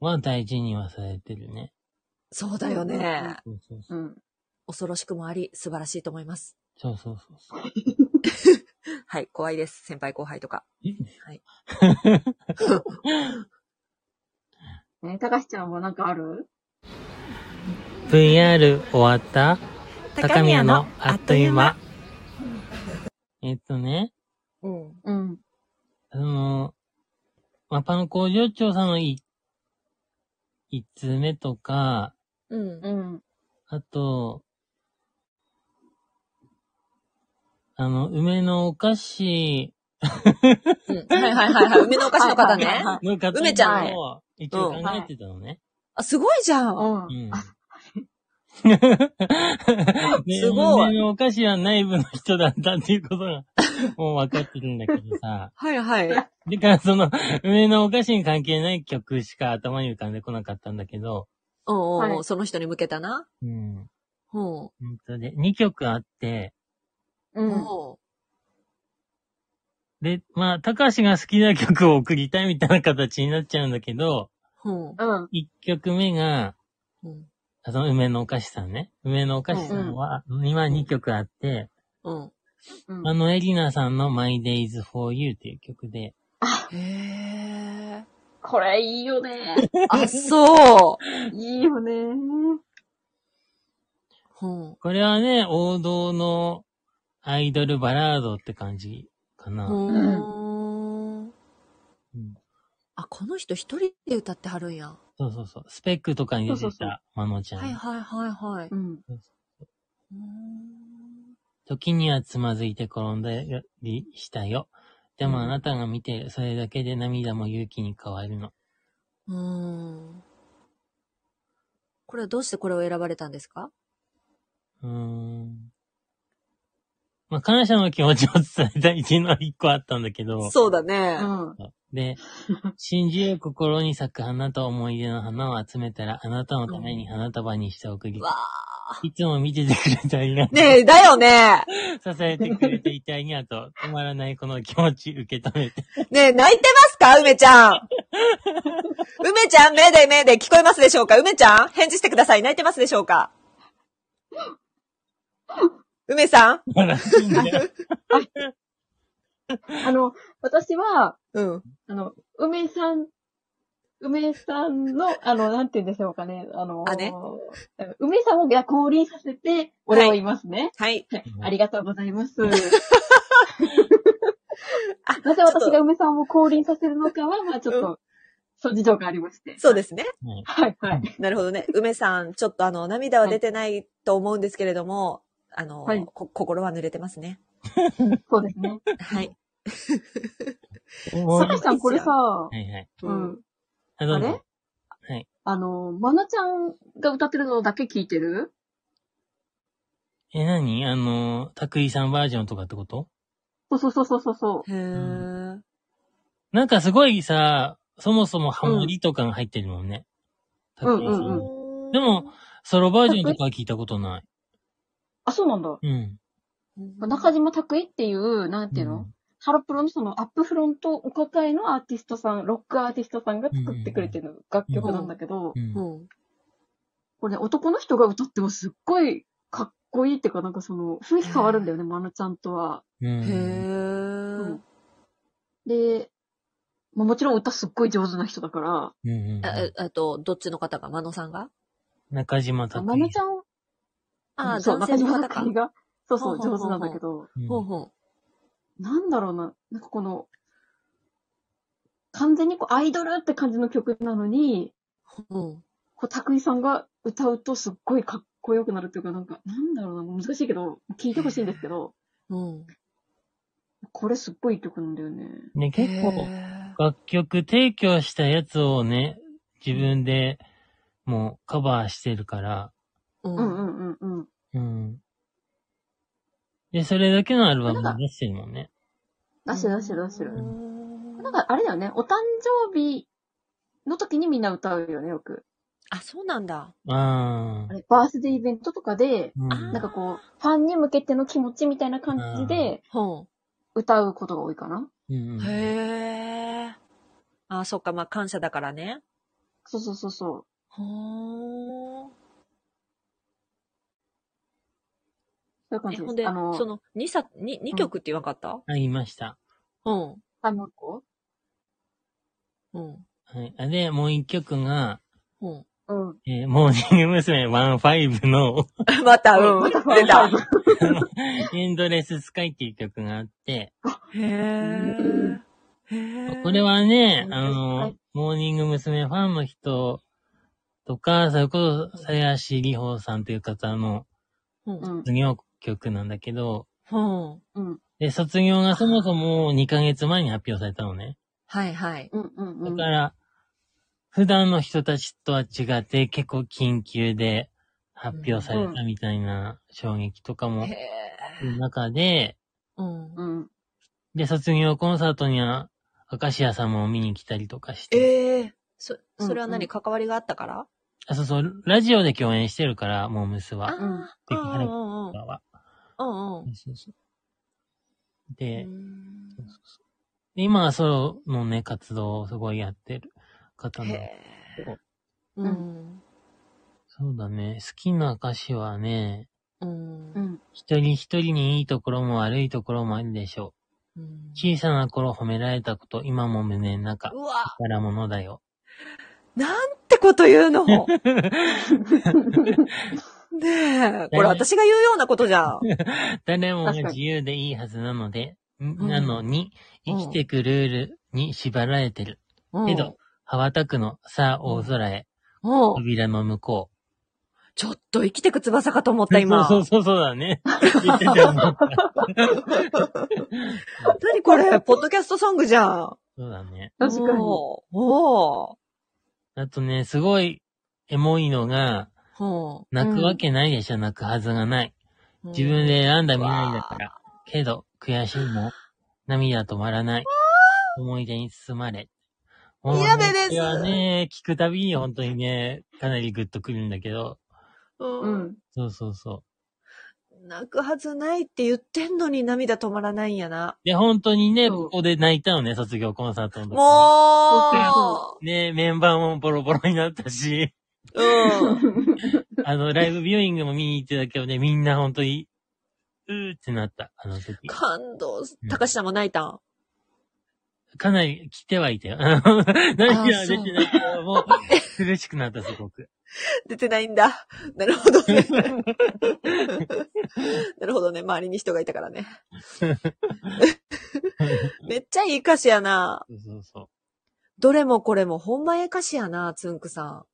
は大事にはされてるね。そうだよね。そうそうう。そうんうん。恐ろしくもあり、素晴らしいと思います。そうそうそうそう。 はい、怖いです。先輩後輩とか。ね、高橋ちゃんはなんかある VR 終わった高宮のあっという間。えっとね、うん。うん。あの、マパの工場長さんのい一通目とか、うんう。ん。あと、あの、梅のお菓子うんはいはいはいはい。梅のお菓子の方はいはいねは。いの方梅ちゃんねを一応考えてたのね。あ、すごいじゃん。うん。うんあ、ねすごい梅のお菓子は内部の人だったっていうことが、もう分かってるんだけどさ。 はいはい。だからその、梅のお菓子に関係ない曲しか頭に浮かんでこなかったんだけど、おうんうはん。いその人に向けたな。うん。うん。本当で、2曲あって、うん。おうで、まあ、高橋が好きな曲を送りたいみたいな形になっちゃうんだけど、うん。うん。 1曲目が、うん。あの、梅のお菓子さんね。梅のお菓子さんは、今2曲あって、うん。うんあの、エリナさんの My Days for You っていう曲で、へえ。これいいよね。 あ、そいいよね。う。うん。これはね、王道のアイドルバラードって感じかな。うん。うんあ、この人一人で歌ってはるんや。はそうそうそう。スペックとかに出そうてそうそうた、まのちいゃん。はいはいはい。うん。うん時にはつまずいて転んだりしたよ。でもあなたが見てる、それだけで涙も勇気に変わるの。うん。これはどうしてこれを選ばれたんですかうーん。まあ、感謝の気持ちを伝えたいっていうのは一個あったんだけど。そうだねうん。 で、信じる心に咲く花と思い出の花を集めたら、あなたのために花束にして送りわたい。いつも見ててくれてありがとう。ねえ、だよね支えてくれていてありがとう。止まらないこの気持ち受け止めて。ねえ、泣いてますか梅ちゃん。梅ちゃん、目で目で聞こえますでしょうか梅ちゃん、返事してください。泣いてますでしょう か梅さん笑ってんだよあの、私は、うん。あの、梅さん、梅さんの、あの、なんて言うんでしょうかね。あの、姉梅さんを逆降臨させて、お礼を言いますね。はい。 ありがとうございます。 なあぜ私が梅さんを降臨させるのかは、まあちょっと、諸事情がありまして。そうですね。はいはい、はい。 なるほどね。梅さん、ちょっとあの、涙は出てないと思うんですけれども、あの、はいこ心は濡れてますね。そうですね。はい。もう坂さん、これさ、はいはい。うん。あどうぞあれあの、まなちゃんが歌ってるのだけ聞いてるえ、なにあの、たくいさんバージョンとかってことそうそうそうそうそうそへー。なんかすごいさ、そもそもハモリとかが入ってるもんね。たくいさ。うんうんでも、ソロバージョンとかは聞いたことなう。あ、そうなんだ。い。うん。中島拓衣っていう、なんていうの、ハロプロのそのアップフロントお抱えのアーティストさん、ロックアーティストさんが作ってくれてる楽曲なんだけど、うんう。ん。これね、男の人が歌ってもすっごいかっこいいっていうか、なんかその、雰囲気変わるんだよね、まなちゃんとは。うへん。ー。で、まあ、もちろん歌すっごい上手な人だから、うんうんあえ、えっと、どっちの方がマノさんが中島たくい。まなちゃん、ああ、そう、男中性の島方拓か衣。が、そうそほうう、ほう上ほう手ほうなんだけど、うんほうほう。なんだろうな、なんかこの、完全にこうアイドルって感じの曲なのに、うん。こう、拓衣さんが歌うとすっごいかっこよくなるっていうか、なんか、なんだろうな、難しいけど、聞いてほしいんですけど、うん。これすっごいいい曲なんだよね。ね、結構、へ楽曲提供したやつをね、自分でもうカバーしてるから、ーううん。うんんうんうん。うん。で、それだけのアルバムを出してるもんね。出してる出してる出してる。うんなんかあれだよね、お誕生日の時にみんな歌うよね、よく。あ、そうなんだ。ああれ、バースデーイベントとかで、ーうんなんかこう、ファンに向けての気持ちみたいな感じでほ歌うことが多いかな。うんん。うん。へー。あ、そっか、まあ、感謝だからね。そうそうそうそう。ほー。そういう感えじほんでで、す。あのそ、の、2作、二二曲って言わんかったありました。うん。タイムコうん。はい。あで、もう一曲が、うん。うん。えーモーニング娘。15の また、うん。ま出たた。エンドレススカイっていう曲があって、へー。へーこれ、はね、うんあはのい、モーニング娘。ファンの人とか、それこそ、鞘やしりほさんという方のう。うんん。卒業曲なんだけど、うん。うん。で、卒業がそもそも2ヶ月前に発表されたのね。はいはい。うん。うん。うだんか。ら、普段の人たちとは違って、結構緊急で発表されたみたいな衝撃とかも、へ中で、ー。うん。うん。で、卒業コンサートには、明石家さんも見に来たりとかして、ええそ、それはうんう何ん関わりがあったからあ、そうそう、ラジオで共演してるから、モームスは。んああ、うんうんうん。はうんうそうそんうそううで、ん。そうそうそうで今はソロのね、活動をすごいやってる方の。へえ。う。うんそうだね。好きな歌詞はね、うんう。ん。 一人一人にいいところも悪いところもあるでしょうんう。小さな頃褒められたこと、今も胸の中う、わ、宝物だよ。なんてこと言 うのねえ、これ私が言うようなこと じゃん。誰もが確かに自由でいいはずなので、んなのに、うん生きてくルールに縛られてる。うんけど、羽ばたくの、さあ大空へ、うん扉の向こう。ちょっと生きてく翼かと思った今。そうそうそうそうだ ね。言ってて思った何こ れ、ポッドキャストソングじゃん。そうだね。確かに。おーおあとね、すごい、エモいのが、ーお泣くわけないでしょ、泣くはずがない。ー自分で選んだ未来だから。けど、悔しいも、涙止まらない。思い出に包まれ。もうねやべですこれはね、聞くたびに本当にね、かなりグッとくるんだけど。う。うんん。そうそうそう。泣くはずないって言ってんのに涙止まらないんやな。で、本当にね、そうここで泣いたのね、卒業コンサートの時に。もね、メンバーもボロボロになったし、ううん。あの、ライブビューイングも見に行ってたけどね、みんな本当に、うーってなった、あの時。か感動す。高志さんも泣いたん。なり来てはいたよ。 何がそう出てないけど、もう、苦しくなった、すごく。出てないんだ。なるほど ね。なるほどね。周りに人がいたから ね。めっちゃいい歌詞やな。そうそうそどれもこれもほんまええ歌詞やな、つんくさ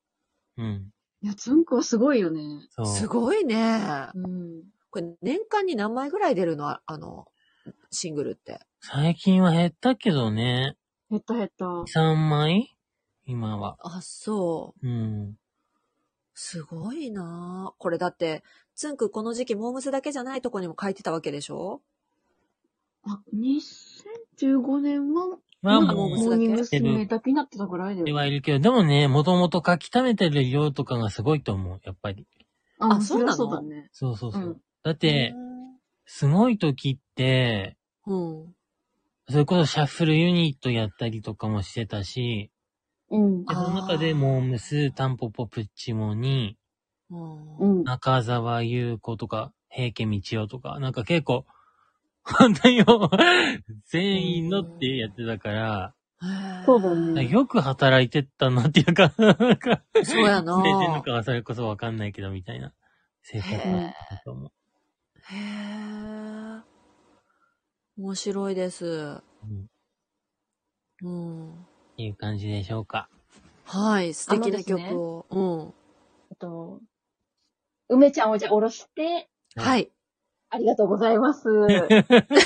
う。うん。 いや、つんくはすごいよね。そん。う。すごいね。うん。これ年間に何枚ぐらい出るのああの、シングルって。最近は減ったけどね、減った減った。 3枚今は。あ、そう。うん。すごいなあこれだって、つんくこの時期、モームスだけじゃないとこにも書いてたわけでしょあ、2015年は、まあ、うんもう、もモーニング娘。だけになってたぐらいだでよ。はいるけど、でもね、もともと書き溜めてる量とかがすごいと思う、やっぱり。あそうそりゃなのそうだね。そうそうそう。うんだって、すごい時って、うん。うん。それこそシャッフルユニットやったりとかもしてたし、うんで。その中でもうムス、タンポポプッチモに、うんうん。中澤優子とか、平家道夫とか、なんか結構、本当にもう、全員のってやってたから、そうだねよく働いてたなっていうか、なんか、そうやな常て るのかはそれこそわかんないけど、みたいな生活だったと思う。へえ。面白いです。うんっうん。ていう感じでしょうか。はい、素敵な曲を。えっと、梅ちゃんをじゃあおろして、はい。ありがとうございます。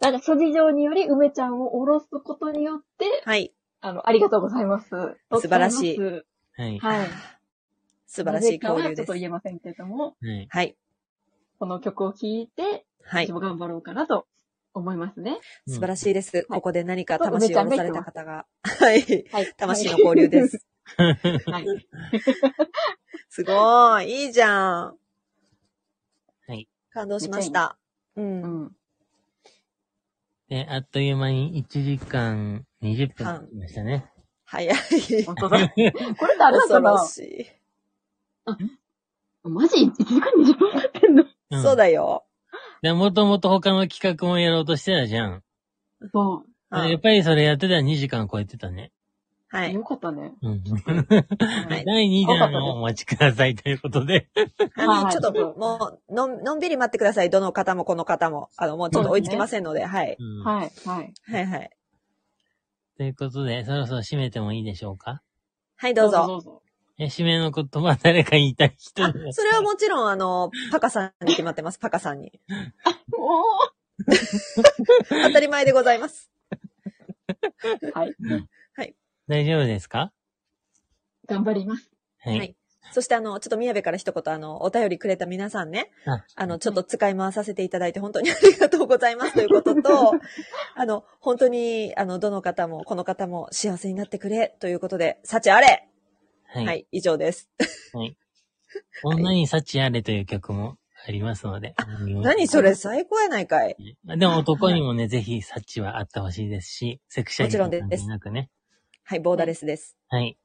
なんか諸事情により梅ちゃんをおろすことによって、はい。あの、ありがとうございます。素晴らしいとっておはりい。ます。はい。素晴らしい交流なぜかはちょでっすと。言えませんけれども、はい。はい。この曲を聴いて、はい私。も頑張ろうかなと思いますね。素晴らしい。しいです。ここで何か魂を下ろされた方が、はい。はい。魂の交流で。す。 はい。 すごい。いいじゃん。はい。感動しました。う。うんん。で、あっという間に1時間20分経ちましたね。早い。恐本当 だ。これってあれだかろら、しい。マジ ?1 時間20分経ってんのんそうだよ。で、もともと他の企画もやろうとしてたじゃん。そはやっい。ぱりそれやってたら2時間超えてたね。はう。い。よかったね。うん。ははいい。第2弾をお待ちくださいということで。あはの、いちょっともう、のん、のんびり待ってください。どの方もこの方も。あの、もうちょっと追いつきませんので、はい。うんはい。はい。はいはい。ということで、そろそろ締めてもいいでしょうかはい、どうぞ。どうぞ。え、締めの言葉誰か言いたい人あ、それはもちろん、あの、パカさんに決まってます。パカさんに。お当たり前でございます。ーはい。大丈夫ですか頑張ります。ははいそしてあの、ちょっと宮部から一言あの、お便りくれた皆さんねあ、あの、ちょっと使い回させていただいて本当にありがとうございますということと、あの、本当に、あの、どの方も、この方も幸せになってくれということで、幸あれは。はいい、以上です。女に幸あれという曲もありますので。何それ最高やないかい。まあでも男にもね、ぜひ幸はあってほしいですし、セクシャリティも関係なくね。はい、ボーダレスです。はい。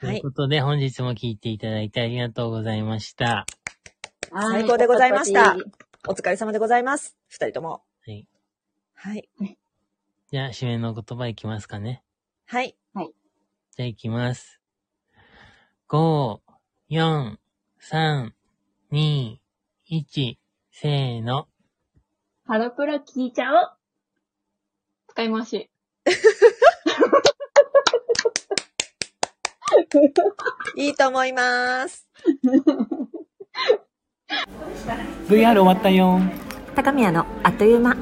とはいいうことで、本日も聞いていただいてありがとうございました。はい最高でございましおた疲れ様お疲れ様でございます。二人とも。はい。はい。じゃあ、締めの言葉いきますかね。はい。じゃあ、いきます。5、4、3、2、1、せーの。ハロプロ聞いちゃおう。使い回し。いいと思います。高宮のあっという間